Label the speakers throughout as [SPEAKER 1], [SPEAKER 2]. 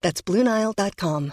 [SPEAKER 1] That's BlueNile.com.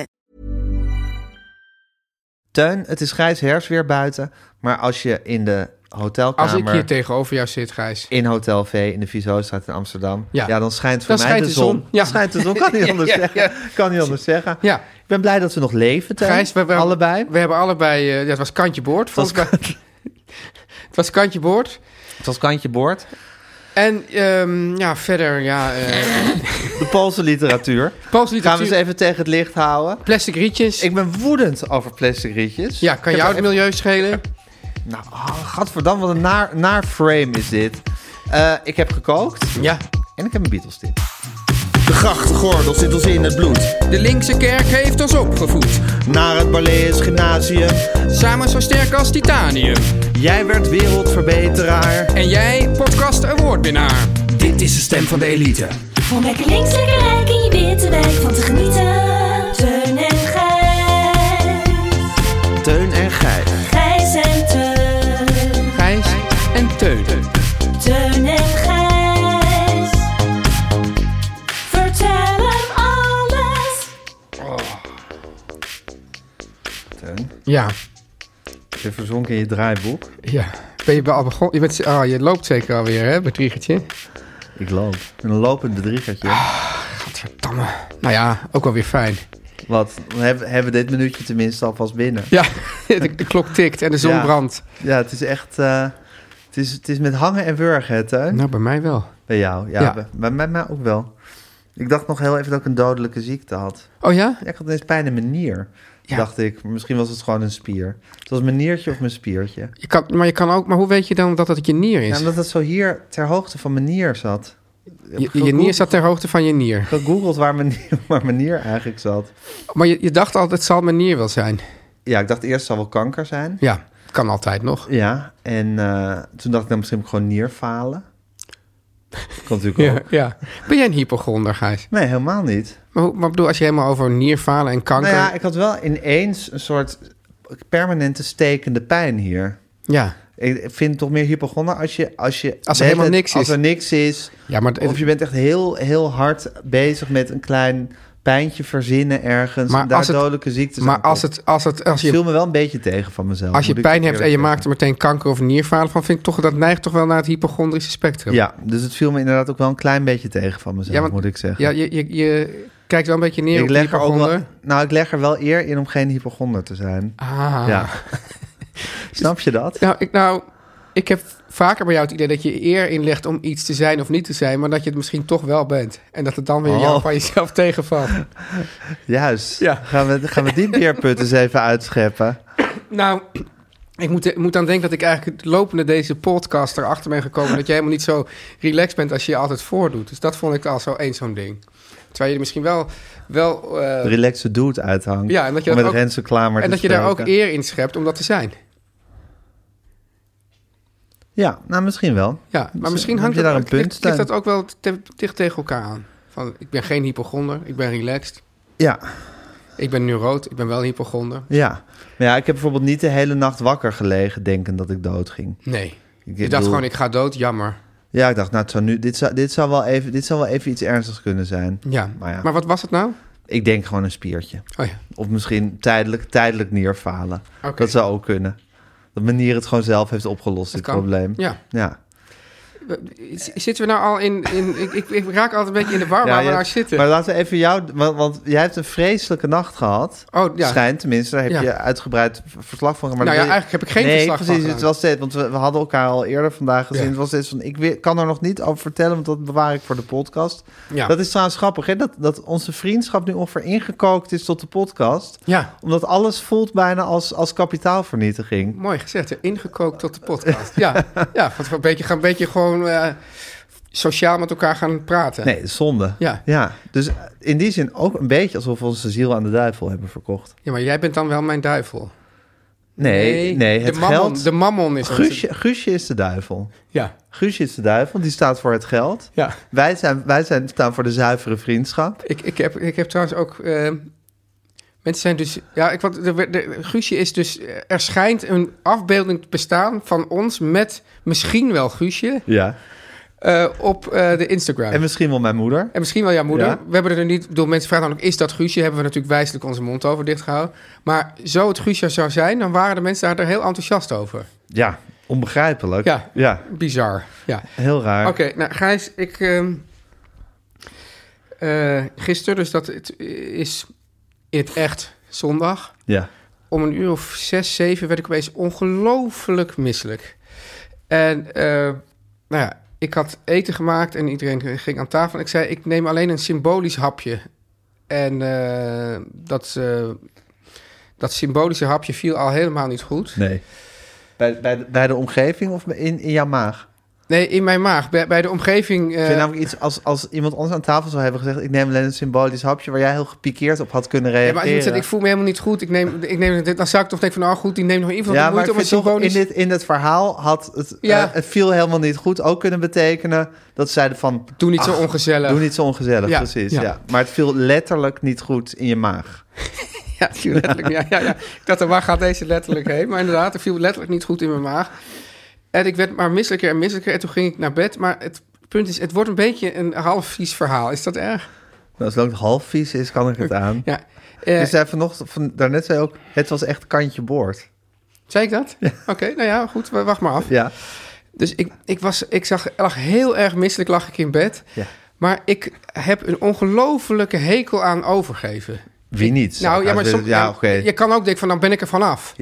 [SPEAKER 2] Teun, het is grijs herfst weer buiten. Maar als je in de
[SPEAKER 3] Als
[SPEAKER 2] hotelkamer...
[SPEAKER 3] ik hier tegenover jou zit, Gijs.
[SPEAKER 2] in Hotel V in de Vieshoofdstraat in Amsterdam. Ja,
[SPEAKER 3] Ja.
[SPEAKER 2] dan schijnt voor
[SPEAKER 3] Dan
[SPEAKER 2] mij
[SPEAKER 3] schijnt
[SPEAKER 2] de zon.
[SPEAKER 3] Ja.
[SPEAKER 2] Schijnt de zon, kan niet anders
[SPEAKER 3] Ja, ja.
[SPEAKER 2] zeggen. Kan niet anders zeggen.
[SPEAKER 3] Ja.
[SPEAKER 2] Ik ben blij dat we nog leven, Teun.
[SPEAKER 3] Gijs, we, we-
[SPEAKER 2] allebei.
[SPEAKER 3] We hebben allebei... eh, ja, het was kantje boord, volgens mij. Het was kantje boord.
[SPEAKER 2] Het was kantje boord.
[SPEAKER 3] En ehm, ja, verder, ja... eh
[SPEAKER 2] De Poolse literatuur.
[SPEAKER 3] Poolsliteratuur.
[SPEAKER 2] Gaan we eens even tegen het licht houden.
[SPEAKER 3] plastic rietjes.
[SPEAKER 2] Ik ben woedend over plastic rietjes.
[SPEAKER 3] ja, kan
[SPEAKER 2] Ik
[SPEAKER 3] jou
[SPEAKER 2] heb
[SPEAKER 3] het milieu schelen?
[SPEAKER 2] Nou, oh, gadverdam, wat een naar, naar frame is dit. Eh, ik heb gekookt
[SPEAKER 3] Ja.
[SPEAKER 2] en ik heb een Beatles tip.
[SPEAKER 4] De grachtengordel zit ons in het bloed.
[SPEAKER 3] De linkse kerk heeft ons opgevoed.
[SPEAKER 4] Naar het Barlees Gymnasium.
[SPEAKER 3] Samen zo sterk als titanium.
[SPEAKER 4] Jij werd wereldverbeteraar.
[SPEAKER 3] En jij, podcast awardwinnaar.
[SPEAKER 4] Dit is de stem van de elite.
[SPEAKER 5] Om lekker links, lekker rijk in je witte wijk van te genieten. Teun en Gijs.
[SPEAKER 4] Teun en Gijs.
[SPEAKER 5] Gijs en Teun.
[SPEAKER 3] Gijs en Teun.
[SPEAKER 5] Teun en Gijs. Vertel hem alles.
[SPEAKER 2] Teun,
[SPEAKER 3] Ja,
[SPEAKER 2] je verzonken in je draaiboek.
[SPEAKER 3] ja. Ben je bij al begonnen? Je, bent, ah, je loopt zeker alweer, hè, bedriegertje?
[SPEAKER 2] Ik loop. Een lopend bedriegertje.
[SPEAKER 3] Gadverdamme. Nou ja, ook wel weer fijn.
[SPEAKER 2] Wat, dan hebben, hebben we dit minuutje tenminste alvast binnen.
[SPEAKER 3] Ja, de, de klok tikt en de zon
[SPEAKER 2] Ja.
[SPEAKER 3] brandt.
[SPEAKER 2] Ja, het is echt... eh, het, is, het is met hangen en wurgen, hè, Teun?
[SPEAKER 3] Nou, bij mij wel.
[SPEAKER 2] Bij jou, ja.
[SPEAKER 3] Ja.
[SPEAKER 2] Bij, bij mij- mij ook wel. Ik dacht nog heel even dat ik een dodelijke ziekte had.
[SPEAKER 3] Oh ja?
[SPEAKER 2] Ja, Ik had ineens pijn in mijn nier.
[SPEAKER 3] Ja.
[SPEAKER 2] Dacht ik, misschien was het gewoon een spier. Het was mijn niertje of mijn spiertje.
[SPEAKER 3] Je kan, maar je kan ook... Maar hoe weet je dan dat het je nier
[SPEAKER 2] Ja,
[SPEAKER 3] is?
[SPEAKER 2] omdat het zo hier ter hoogte van mijn nier zat.
[SPEAKER 3] je, je nier zat ter hoogte van je nier.
[SPEAKER 2] Ik had gegoogeld waar mijn, nier- waar mijn nier eigenlijk zat.
[SPEAKER 3] Maar je, je dacht altijd, het zal mijn nier wel zijn.
[SPEAKER 2] Ja, ik dacht eerst het zal wel kanker zijn.
[SPEAKER 3] Ja, kan altijd nog.
[SPEAKER 2] Ja, en eh, toen dacht ik dan misschien heb ik gewoon nierfalen. Kan natuurlijk
[SPEAKER 3] Ja,
[SPEAKER 2] ook.
[SPEAKER 3] ja. Ben jij een hypochonder, Gijs?
[SPEAKER 2] Nee, helemaal niet.
[SPEAKER 3] Maar, hoe- maar bedoel, als je helemaal over nierfalen en kanker...
[SPEAKER 2] Nou ja, ik had wel ineens een soort permanente stekende pijn hier.
[SPEAKER 3] ja.
[SPEAKER 2] Ik vind het toch meer hypochonder als je... Als, je
[SPEAKER 3] Als er
[SPEAKER 2] net
[SPEAKER 3] helemaal
[SPEAKER 2] het-
[SPEAKER 3] niks
[SPEAKER 2] Als
[SPEAKER 3] is.
[SPEAKER 2] er niks is.
[SPEAKER 3] Ja, maar het-
[SPEAKER 2] of je bent echt heel, heel hard bezig met een klein pijntje verzinnen ergens.
[SPEAKER 3] Maar
[SPEAKER 2] en daar
[SPEAKER 3] als het-
[SPEAKER 2] dodelijke ziektes
[SPEAKER 3] Maar
[SPEAKER 2] aan
[SPEAKER 3] als,
[SPEAKER 2] koppelen.
[SPEAKER 3] het, als, het, als,
[SPEAKER 2] Het viel
[SPEAKER 3] je,
[SPEAKER 2] me wel een beetje tegen van mezelf.
[SPEAKER 3] als je
[SPEAKER 2] moet ik
[SPEAKER 3] pijn hebt
[SPEAKER 2] eerlijk
[SPEAKER 3] en je
[SPEAKER 2] zeggen.
[SPEAKER 3] maakt er meteen kanker of nierfalen van... vind ik toch, dat neigt toch wel naar het hypochondrische spectrum.
[SPEAKER 2] Ja, dus het viel me inderdaad ook wel een klein beetje tegen van mezelf,
[SPEAKER 3] want-
[SPEAKER 2] moet ik zeggen.
[SPEAKER 3] Ja, je, je, je kijkt wel een beetje neer
[SPEAKER 2] ik
[SPEAKER 3] op die
[SPEAKER 2] leg er ook wel,
[SPEAKER 3] hypochonder.
[SPEAKER 2] nou, ik leg er wel eer in om geen hypochonder te zijn.
[SPEAKER 3] Ah.
[SPEAKER 2] Ja. Snap je dat?
[SPEAKER 3] Nou, ik, nou, ik heb vaker bij jou het idee dat je eer inlegt om iets te zijn of niet te zijn... maar dat je het misschien toch wel bent. En dat het dan weer
[SPEAKER 2] Oh.
[SPEAKER 3] jou van jezelf tegenvalt.
[SPEAKER 2] Juist.
[SPEAKER 3] Ja.
[SPEAKER 2] Gaan, we, gaan we die beerput eens even uitscheppen?
[SPEAKER 3] Nou, ik moet, ik moet aan denken dat ik eigenlijk lopende deze podcast erachter ben gekomen... dat je helemaal niet zo relaxed bent als je je altijd voordoet. Dus dat vond ik al zo eens zo'n ding. Terwijl je misschien wel... wel eh,
[SPEAKER 2] De relaxe dude uithangt.
[SPEAKER 3] Ja, en dat je
[SPEAKER 2] om
[SPEAKER 3] dat
[SPEAKER 2] met
[SPEAKER 3] ook-
[SPEAKER 2] Renze Klamer te
[SPEAKER 3] en dat je daar ook
[SPEAKER 2] spreken.
[SPEAKER 3] eer in schept om dat te zijn.
[SPEAKER 2] Ja, nou misschien wel.
[SPEAKER 3] Ja, maar misschien
[SPEAKER 2] heb
[SPEAKER 3] hangt
[SPEAKER 2] je
[SPEAKER 3] dat,
[SPEAKER 2] daar een
[SPEAKER 3] ook- ligt-
[SPEAKER 2] punt,
[SPEAKER 3] ligt
[SPEAKER 2] Stijn?
[SPEAKER 3] dat ook wel te- dicht tegen elkaar aan. Van, ik ben geen hypochonder, ik ben relaxed.
[SPEAKER 2] Ja,
[SPEAKER 3] Ik ben nu rood, ik ben wel een hypochonder.
[SPEAKER 2] ja. Maar ja, ik heb bijvoorbeeld niet de hele nacht wakker gelegen denken dat ik dood ging.
[SPEAKER 3] Nee. Ik
[SPEAKER 2] Ik
[SPEAKER 3] dacht
[SPEAKER 2] bedoel-
[SPEAKER 3] gewoon, ik ga dood, jammer.
[SPEAKER 2] Ja, ik dacht, nou, het zou nu, dit, zou, dit, zou wel even, dit zou wel even iets ernstigs kunnen zijn.
[SPEAKER 3] Ja.
[SPEAKER 2] Maar
[SPEAKER 3] Maar,
[SPEAKER 2] ja.
[SPEAKER 3] wat was het nou?
[SPEAKER 2] Ik denk gewoon een spiertje.
[SPEAKER 3] Oh ja.
[SPEAKER 2] Of misschien tijdelijk, tijdelijk neerfalen.
[SPEAKER 3] Oké.
[SPEAKER 2] Dat zou ook kunnen. Dat manier het gewoon zelf heeft opgelost, dit
[SPEAKER 3] kan.
[SPEAKER 2] probleem.
[SPEAKER 3] Ja.
[SPEAKER 2] Ja.
[SPEAKER 3] Zitten we nou al in... in ik, ik, ik raak altijd een beetje in de
[SPEAKER 2] Ja,
[SPEAKER 3] war waar
[SPEAKER 2] je
[SPEAKER 3] we nou
[SPEAKER 2] hebt-
[SPEAKER 3] zitten.
[SPEAKER 2] Maar laten we even jou... Want, want jij hebt een vreselijke nacht gehad.
[SPEAKER 3] Oh, ja.
[SPEAKER 2] Schijnt tenminste. Daar heb
[SPEAKER 3] Ja.
[SPEAKER 2] je uitgebreid v- verslag van gemaakt.
[SPEAKER 3] Nou ja,
[SPEAKER 2] Nee,
[SPEAKER 3] eigenlijk heb ik geen
[SPEAKER 2] nee,
[SPEAKER 3] verslag van
[SPEAKER 2] precies, het
[SPEAKER 3] gedaan.
[SPEAKER 2] was dit. Want we, we hadden elkaar al eerder vandaag gezien.
[SPEAKER 3] Ja.
[SPEAKER 2] Het was dit van... Ik weer- kan er nog niet over vertellen, want dat bewaar ik voor de podcast.
[SPEAKER 3] Ja.
[SPEAKER 2] Dat is trouwens grappig, hè? Dat, dat onze vriendschap nu ongeveer ingekookt is tot de podcast.
[SPEAKER 3] Ja.
[SPEAKER 2] Omdat alles voelt bijna als, als kapitaalvernietiging.
[SPEAKER 3] Mooi gezegd, hè? ingekookt tot de podcast. Ja, ja want we een beetje, gaan een beetje gewoon eh, sociaal met elkaar gaan praten.
[SPEAKER 2] Nee, zonde.
[SPEAKER 3] Ja.
[SPEAKER 2] ja. Dus eh, in die zin ook een beetje alsof we onze ziel aan de duivel hebben verkocht.
[SPEAKER 3] Ja, maar jij bent dan wel mijn duivel.
[SPEAKER 2] Nee, nee, het
[SPEAKER 3] de mammon,
[SPEAKER 2] geld...
[SPEAKER 3] De mammon is onze-
[SPEAKER 2] Guusje, Guusje is de duivel.
[SPEAKER 3] Ja,
[SPEAKER 2] Guusje is de duivel, die staat voor het geld.
[SPEAKER 3] ja.
[SPEAKER 2] Wij, zijn, wij zijn, staan voor de zuivere vriendschap.
[SPEAKER 3] Ik, ik, heb, ik heb trouwens ook... eh, mensen zijn dus... Ja, ik, wat, de, de- Guusje is dus... eh, Er schijnt een afbeelding te bestaan van ons met misschien wel Guusje
[SPEAKER 2] Ja.
[SPEAKER 3] eh, op eh, de Instagram.
[SPEAKER 2] En misschien wel mijn moeder.
[SPEAKER 3] En misschien wel jouw moeder.
[SPEAKER 2] Ja.
[SPEAKER 3] We hebben er niet... Door mensen vragen namelijk, is dat Guusje? Hebben we natuurlijk wijselijk onze mond over dichtgehouden. Maar zo het Guusje zou zijn, dan waren de mensen daar er heel enthousiast over.
[SPEAKER 2] Ja, onbegrijpelijk.
[SPEAKER 3] Ja.
[SPEAKER 2] ja
[SPEAKER 3] Bizar, ja.
[SPEAKER 2] heel raar.
[SPEAKER 3] Oké, nou Gijs, ik... ehm, eh, gisteren, dus dat het is in het echt zondag...
[SPEAKER 2] Ja.
[SPEAKER 3] om een uur of zes, zeven werd ik opeens ongelooflijk misselijk. En eh, nou ja, ik had eten gemaakt en iedereen ging aan tafel. En ik zei, ik neem alleen een symbolisch hapje. En eh, dat, eh, dat symbolische hapje viel al helemaal niet goed.
[SPEAKER 2] Nee. Bij, bij, de, bij de omgeving of in, in jouw maag?
[SPEAKER 3] Nee, in mijn maag, bij, bij de omgeving... eh,
[SPEAKER 2] Ik vind nou namelijk iets als, als iemand anders aan tafel zou hebben gezegd... ik neem alleen een symbolisch hapje waar jij heel gepikeerd op had kunnen
[SPEAKER 3] ja, maar als iemand
[SPEAKER 2] reageren.
[SPEAKER 3] zegt, ik voel me helemaal niet goed, ik neem, ik neem, dit- dan zou ik toch denken van, oh goed, die neemt nog in ieder geval
[SPEAKER 2] ja,
[SPEAKER 3] de
[SPEAKER 2] maar
[SPEAKER 3] moeite
[SPEAKER 2] ik
[SPEAKER 3] om een
[SPEAKER 2] vind toch
[SPEAKER 3] symbolisch...
[SPEAKER 2] in, dit, in het verhaal had het,
[SPEAKER 3] Ja.
[SPEAKER 2] eh, het viel helemaal niet goed. Ook kunnen betekenen dat ze zeiden van...
[SPEAKER 3] Doe niet zo
[SPEAKER 2] ach,
[SPEAKER 3] ongezellig.
[SPEAKER 2] Doe niet zo ongezellig,
[SPEAKER 3] Ja,
[SPEAKER 2] precies.
[SPEAKER 3] ja.
[SPEAKER 2] Ja. Maar het viel letterlijk niet goed in je maag.
[SPEAKER 3] Ja, het viel letterlijk. Ja, ja, ja. Ik dacht, waar gaat deze letterlijk heen? Maar inderdaad, het viel letterlijk niet goed in mijn maag. En ik werd maar misselijker en misselijker. En toen ging ik naar bed. Maar het punt is, het wordt een beetje een half vies verhaal. Is dat erg?
[SPEAKER 2] Nou, zolang het half vies is, kan ik het aan. Dus
[SPEAKER 3] Ja. Eh,
[SPEAKER 2] Je zei vanochtend, van, daarnet zei je ook, het was echt kantje boord.
[SPEAKER 3] Zei ik dat? Oké, nou ja, goed. w- Wacht maar af.
[SPEAKER 2] Ja,
[SPEAKER 3] Dus ik, ik, was, ik zag, lag heel erg misselijk lag ik in bed.
[SPEAKER 2] Ja.
[SPEAKER 3] Maar ik heb een ongelofelijke hekel aan overgeven.
[SPEAKER 2] wie niet?
[SPEAKER 3] Nou, ja, maar soms,
[SPEAKER 2] Ja, oké.
[SPEAKER 3] je kan ook denken van, dan ben ik er vanaf.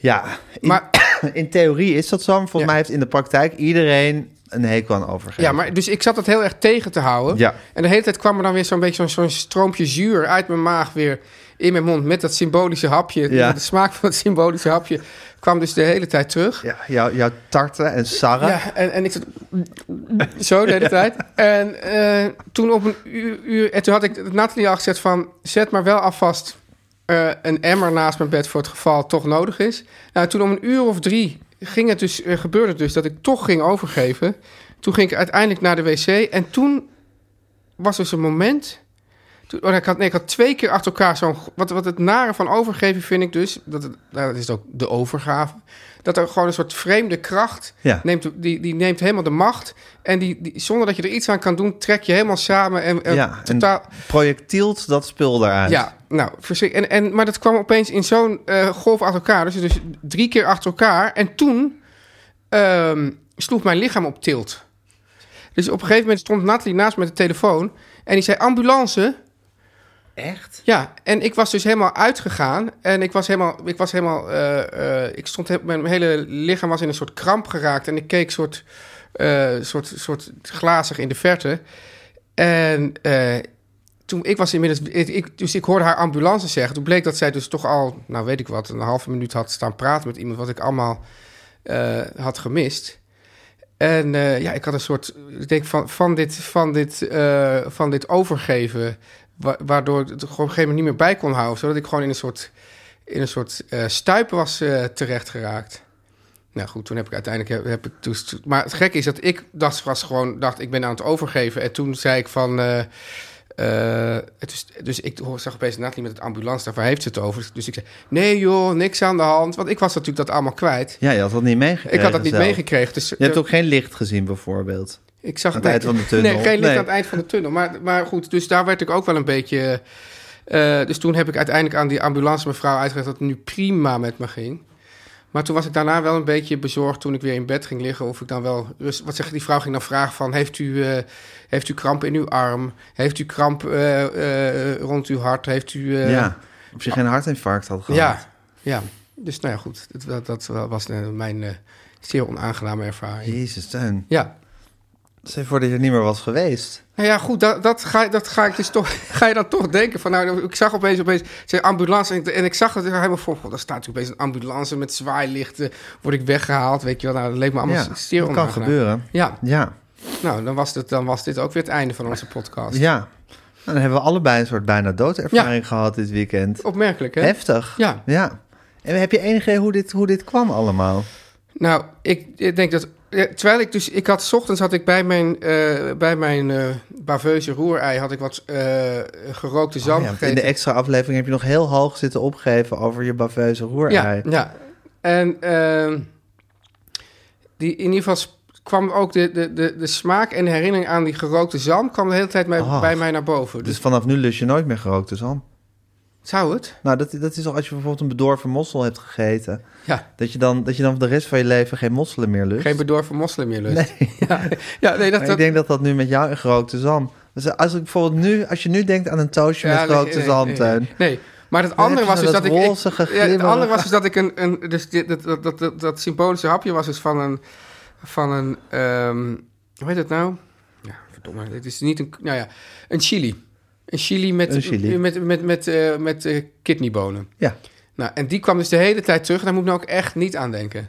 [SPEAKER 2] Ja, in,
[SPEAKER 3] Maar-
[SPEAKER 2] in theorie is dat zo, maar volgens
[SPEAKER 3] Ja.
[SPEAKER 2] mij heeft in de praktijk iedereen een hekel aan overgeven.
[SPEAKER 3] Ja, maar dus ik zat dat heel erg tegen te houden.
[SPEAKER 2] Ja.
[SPEAKER 3] En de hele tijd kwam er dan weer zo'n beetje zo'n zo'n stroompje zuur uit mijn maag weer in mijn mond met dat symbolische hapje.
[SPEAKER 2] Ja.
[SPEAKER 3] De smaak van het symbolische hapje kwam dus de hele tijd terug.
[SPEAKER 2] Ja, jou- jouw tarten en sarren.
[SPEAKER 3] Ja, en, en ik zat zo de hele tijd. En eh, toen op een uur, uur- en toen had ik Nathalie al gezegd van, zet maar wel alvast eh, een emmer naast mijn bed voor het geval het toch nodig is. Nou, toen om een uur of drie ging het dus, eh, gebeurde het dus dat ik toch ging overgeven. Toen ging ik uiteindelijk naar de wc en toen was dus een moment. Toen, oh, ik, had, nee, ik had twee keer achter elkaar zo'n. Wat, wat het nare van overgeven vind ik dus. Dat, het, nou, dat is ook de overgave. Dat er gewoon een soort vreemde kracht.
[SPEAKER 2] Ja.
[SPEAKER 3] Neemt, die, die neemt helemaal de macht. En die, die, zonder dat je er iets aan kan doen, trek je helemaal samen. En, en
[SPEAKER 2] Ja, en
[SPEAKER 3] Eh, totaal.
[SPEAKER 2] projectielt dat spul daaruit.
[SPEAKER 3] Ja, nou, verschrik- en, en, maar dat kwam opeens in zo'n eh, golf achter elkaar. Dus, dus drie keer achter elkaar. En toen ehm, sloeg mijn lichaam op tilt. Dus op een gegeven moment stond Nathalie naast me met de telefoon. En die zei, ambulance.
[SPEAKER 2] Echt?
[SPEAKER 3] Ja, en ik was dus helemaal uitgegaan. En ik was helemaal... Ik, was helemaal, eh, eh, ik stond... he- Mijn hele lichaam was in een soort kramp geraakt. En ik keek soort, eh, soort, soort glazig in de verte. En eh, toen... Ik was inmiddels... Ik, ik- dus ik hoorde haar ambulance zeggen. Toen bleek dat zij dus toch al... Nou, weet ik wat. Een halve minuut had staan praten met iemand. Wat ik allemaal eh, had gemist. En eh, ja, ik had een soort... Ik denk van, van, dit, van, dit, eh, van dit overgeven... Wa- waardoor ik het op een gegeven moment niet meer bij kon houden. Zodat ik gewoon in een soort, in een soort eh, stuip was eh, terechtgeraakt. Nou goed, toen heb ik uiteindelijk... Heb, heb ik, dus, maar het gekke is dat ik dacht, was gewoon, dacht, ik ben aan het overgeven. En toen zei ik van... eh, eh, het is, dus ik hoor- zag opeens Nathalie met het ambulance, daarvoor heeft ze het over. Dus ik zei, nee joh, niks aan de hand. Want ik was natuurlijk dat allemaal kwijt.
[SPEAKER 2] Ja, je had dat niet meegekregen.
[SPEAKER 3] Ik had dat niet
[SPEAKER 2] zelf.
[SPEAKER 3] meegekregen. Dus,
[SPEAKER 2] Je hebt
[SPEAKER 3] eh,
[SPEAKER 2] ook geen licht gezien, bijvoorbeeld.
[SPEAKER 3] ik zag
[SPEAKER 2] Aan het eind van de tunnel.
[SPEAKER 3] Nee, geen licht
[SPEAKER 2] Nee.
[SPEAKER 3] aan het eind van de tunnel. Maar, maar goed, dus daar werd ik ook wel een beetje... eh, dus toen heb ik uiteindelijk aan die ambulance mevrouw uitgelegd... dat het nu prima met me ging. Maar toen was ik daarna wel een beetje bezorgd toen ik weer in bed ging liggen. Of ik dan wel. rust- Wat zeg, die vrouw ging dan vragen: van, heeft, u, eh, heeft u kramp in uw arm? Heeft u kramp eh, eh, rond uw hart? Heeft u. eh,
[SPEAKER 2] ja. Of je geen hartinfarct had gehad.
[SPEAKER 3] ja, ja. Dus nou ja, goed. Dat, dat was eh, mijn eh, zeer onaangename ervaring.
[SPEAKER 2] Jezus, Teun.
[SPEAKER 3] Ja.
[SPEAKER 2] Stel je voor dat je er niet meer was geweest.
[SPEAKER 3] Nou ja, goed, dat, dat, ga, dat ga ik dus toch, ga je dan toch denken van, nou, ik zag opeens, opeens, zei ambulance en ik, en ik zag het helemaal voor, God, daar staat opeens een ambulance met zwaailichten, word ik weggehaald, weet je wel, nou, dat leek me allemaal
[SPEAKER 2] ja,
[SPEAKER 3] zeer
[SPEAKER 2] dat kan
[SPEAKER 3] onaangenaam.
[SPEAKER 2] gebeuren.
[SPEAKER 3] Ja,
[SPEAKER 2] Ja,
[SPEAKER 3] nou, dan was, het, dan was dit ook weer het einde van onze podcast.
[SPEAKER 2] ja. Nou, dan hebben we allebei een soort bijna doodervaring gehad dit weekend.
[SPEAKER 3] Opmerkelijk, hè?
[SPEAKER 2] Heftig.
[SPEAKER 3] Ja.
[SPEAKER 2] ja. En heb je enig idee hoe dit, hoe dit kwam allemaal?
[SPEAKER 3] Nou, ik, ik denk dat. ja, Terwijl ik dus, ik had 's ochtends had ik bij mijn, eh bij mijn eh baveuze roerei had ik wat eh, gerookte zalm
[SPEAKER 2] Oh ja, want in
[SPEAKER 3] gegeten.
[SPEAKER 2] de extra aflevering heb je nog heel hoog zitten opgeven over je baveuze roerei.
[SPEAKER 3] Ja, ja. En ehm, die, in ieder geval sp- kwam ook de, de, de, de smaak en de herinnering aan die gerookte zalm... kwam de hele tijd mij-
[SPEAKER 2] Oh.
[SPEAKER 3] bij mij naar boven. Dus
[SPEAKER 2] Dus vanaf nu lus je nooit meer dus gerookte zalm.
[SPEAKER 3] zou het?
[SPEAKER 2] Nou, dat, dat is toch als je bijvoorbeeld een bedorven mossel hebt gegeten.
[SPEAKER 3] Ja,
[SPEAKER 2] Dat je dan, dat je dan de rest van je leven geen mosselen meer lust.
[SPEAKER 3] geen bedorven moslim meer lust. Ja, ja,
[SPEAKER 2] Maar
[SPEAKER 3] nee, dat... dat
[SPEAKER 2] ik denk dat dat nu met jou een gerookte zalm. Dus als ik bijvoorbeeld nu, als je nu denkt aan een toastje
[SPEAKER 3] ja,
[SPEAKER 2] met
[SPEAKER 3] nee,
[SPEAKER 2] gerookte
[SPEAKER 3] nee,
[SPEAKER 2] zalm,
[SPEAKER 3] nee,
[SPEAKER 2] Teun.
[SPEAKER 3] Nee, eh, nee. maar het
[SPEAKER 2] Dan
[SPEAKER 3] andere
[SPEAKER 2] heb
[SPEAKER 3] was
[SPEAKER 2] je
[SPEAKER 3] dus
[SPEAKER 2] zo
[SPEAKER 3] dat,
[SPEAKER 2] dat
[SPEAKER 3] ik... ik-
[SPEAKER 2] wolzige,
[SPEAKER 3] ja, het
[SPEAKER 2] glibberige-
[SPEAKER 3] andere was dus dat ik een... een dus dit, dat, dat, dat, dat, dat symbolische hapje was dus van een... Van een ehm, hoe heet dat nou? Ja, verdomme. Dit is niet een... Nou ja, een chili. Een chili met,
[SPEAKER 2] Een chili.
[SPEAKER 3] met, met, met, eh, met eh, kidneybonen.
[SPEAKER 2] Ja,
[SPEAKER 3] Nou, en die kwam dus de hele tijd terug. En daar moet ik nou ook echt niet aan denken.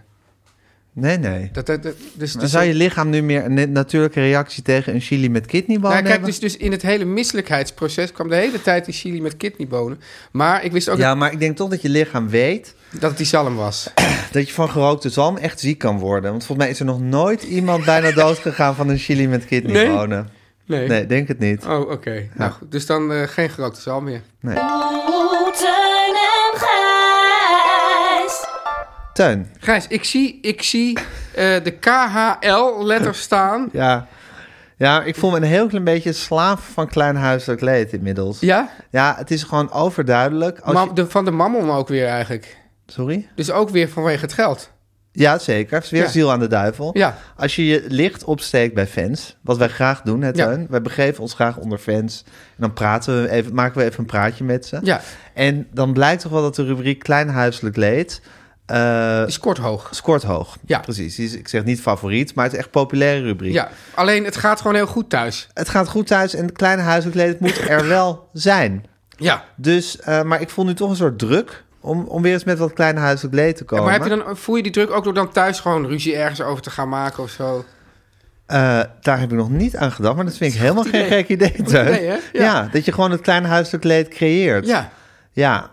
[SPEAKER 2] nee, nee.
[SPEAKER 3] Dat, dat, dat- dus,
[SPEAKER 2] Dan
[SPEAKER 3] dus-
[SPEAKER 2] zou je lichaam nu meer een ne- natuurlijke reactie tegen een chili met kidneybonen
[SPEAKER 3] Nou, kijk,
[SPEAKER 2] hebben?
[SPEAKER 3] dus, dus in het hele misselijkheidsproces kwam de hele tijd die chili met kidneybonen. Maar ik wist ook
[SPEAKER 2] Ja, maar ik denk toch dat je lichaam weet
[SPEAKER 3] dat het die zalm was.
[SPEAKER 2] dat je van gerookte zalm echt ziek kan worden. Want volgens mij is er nog nooit iemand bijna dood gegaan van een chili met kidneybonen.
[SPEAKER 3] Nee.
[SPEAKER 2] Nee, denk het niet.
[SPEAKER 3] Oh, oké. Nou goed, dus dan eh, geen gerookte zalm meer.
[SPEAKER 5] Oh, Teun en Gijs.
[SPEAKER 2] Teun,
[SPEAKER 3] Gijs, ik zie, ik zie eh, de KHL-letter staan.
[SPEAKER 2] ja. Ja, ik voel me een heel klein beetje slaaf van klein huiselijk leed inmiddels.
[SPEAKER 3] Ja?
[SPEAKER 2] Ja, het is gewoon overduidelijk. Als
[SPEAKER 3] Ma-
[SPEAKER 2] je-
[SPEAKER 3] de, van de mammon ook weer eigenlijk.
[SPEAKER 2] Sorry?
[SPEAKER 3] Dus ook weer vanwege het geld.
[SPEAKER 2] Ja, zeker. Het is weer
[SPEAKER 3] Ja.
[SPEAKER 2] ziel aan de duivel.
[SPEAKER 3] Ja.
[SPEAKER 2] Als je je licht opsteekt bij fans, wat wij graag doen, hè,
[SPEAKER 3] Ja.
[SPEAKER 2] Teun? Wij begeven ons graag onder fans. En dan praten we even, maken we even een praatje met ze.
[SPEAKER 3] Ja,
[SPEAKER 2] En dan blijkt toch wel dat de rubriek Klein Huiselijk Leed eh,
[SPEAKER 3] is kort hoog.
[SPEAKER 2] scoort hoog.
[SPEAKER 3] Ja.
[SPEAKER 2] Precies. Die is- Ik zeg niet favoriet, maar het is echt een populaire rubriek.
[SPEAKER 3] Ja, alleen het gaat gewoon heel goed thuis.
[SPEAKER 2] Het gaat goed thuis en Klein Huiselijk Leed moet er wel zijn.
[SPEAKER 3] Ja.
[SPEAKER 2] Dus, eh, maar ik voel nu toch een soort druk om, om weer eens met wat Klein Huiselijk Leed te komen.
[SPEAKER 3] Oh, Maar heb je dan, voel je die druk ook door dan thuis gewoon ruzie ergens over te gaan maken of zo?
[SPEAKER 2] Eh, daar heb ik nog niet aan gedacht, maar dat vind ik helemaal geen gek idee, Teun.
[SPEAKER 3] idee, hè?
[SPEAKER 2] ja.
[SPEAKER 3] Ja.
[SPEAKER 2] dat je gewoon het kleine huiselijk leed creëert.
[SPEAKER 3] Ja.
[SPEAKER 2] ja.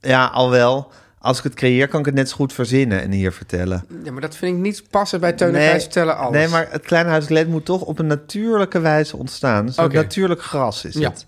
[SPEAKER 2] Ja, al wel. Als ik het creëer, kan ik het net zo goed verzinnen en hier vertellen.
[SPEAKER 3] ja, maar dat vind ik niet passen bij Teun en Gijs vertellen alles.
[SPEAKER 2] Nee, maar het kleine huiselijk leed moet toch op een natuurlijke wijze ontstaan. Dus
[SPEAKER 3] Oké.
[SPEAKER 2] natuurlijk gras is
[SPEAKER 3] Ja.
[SPEAKER 2] het.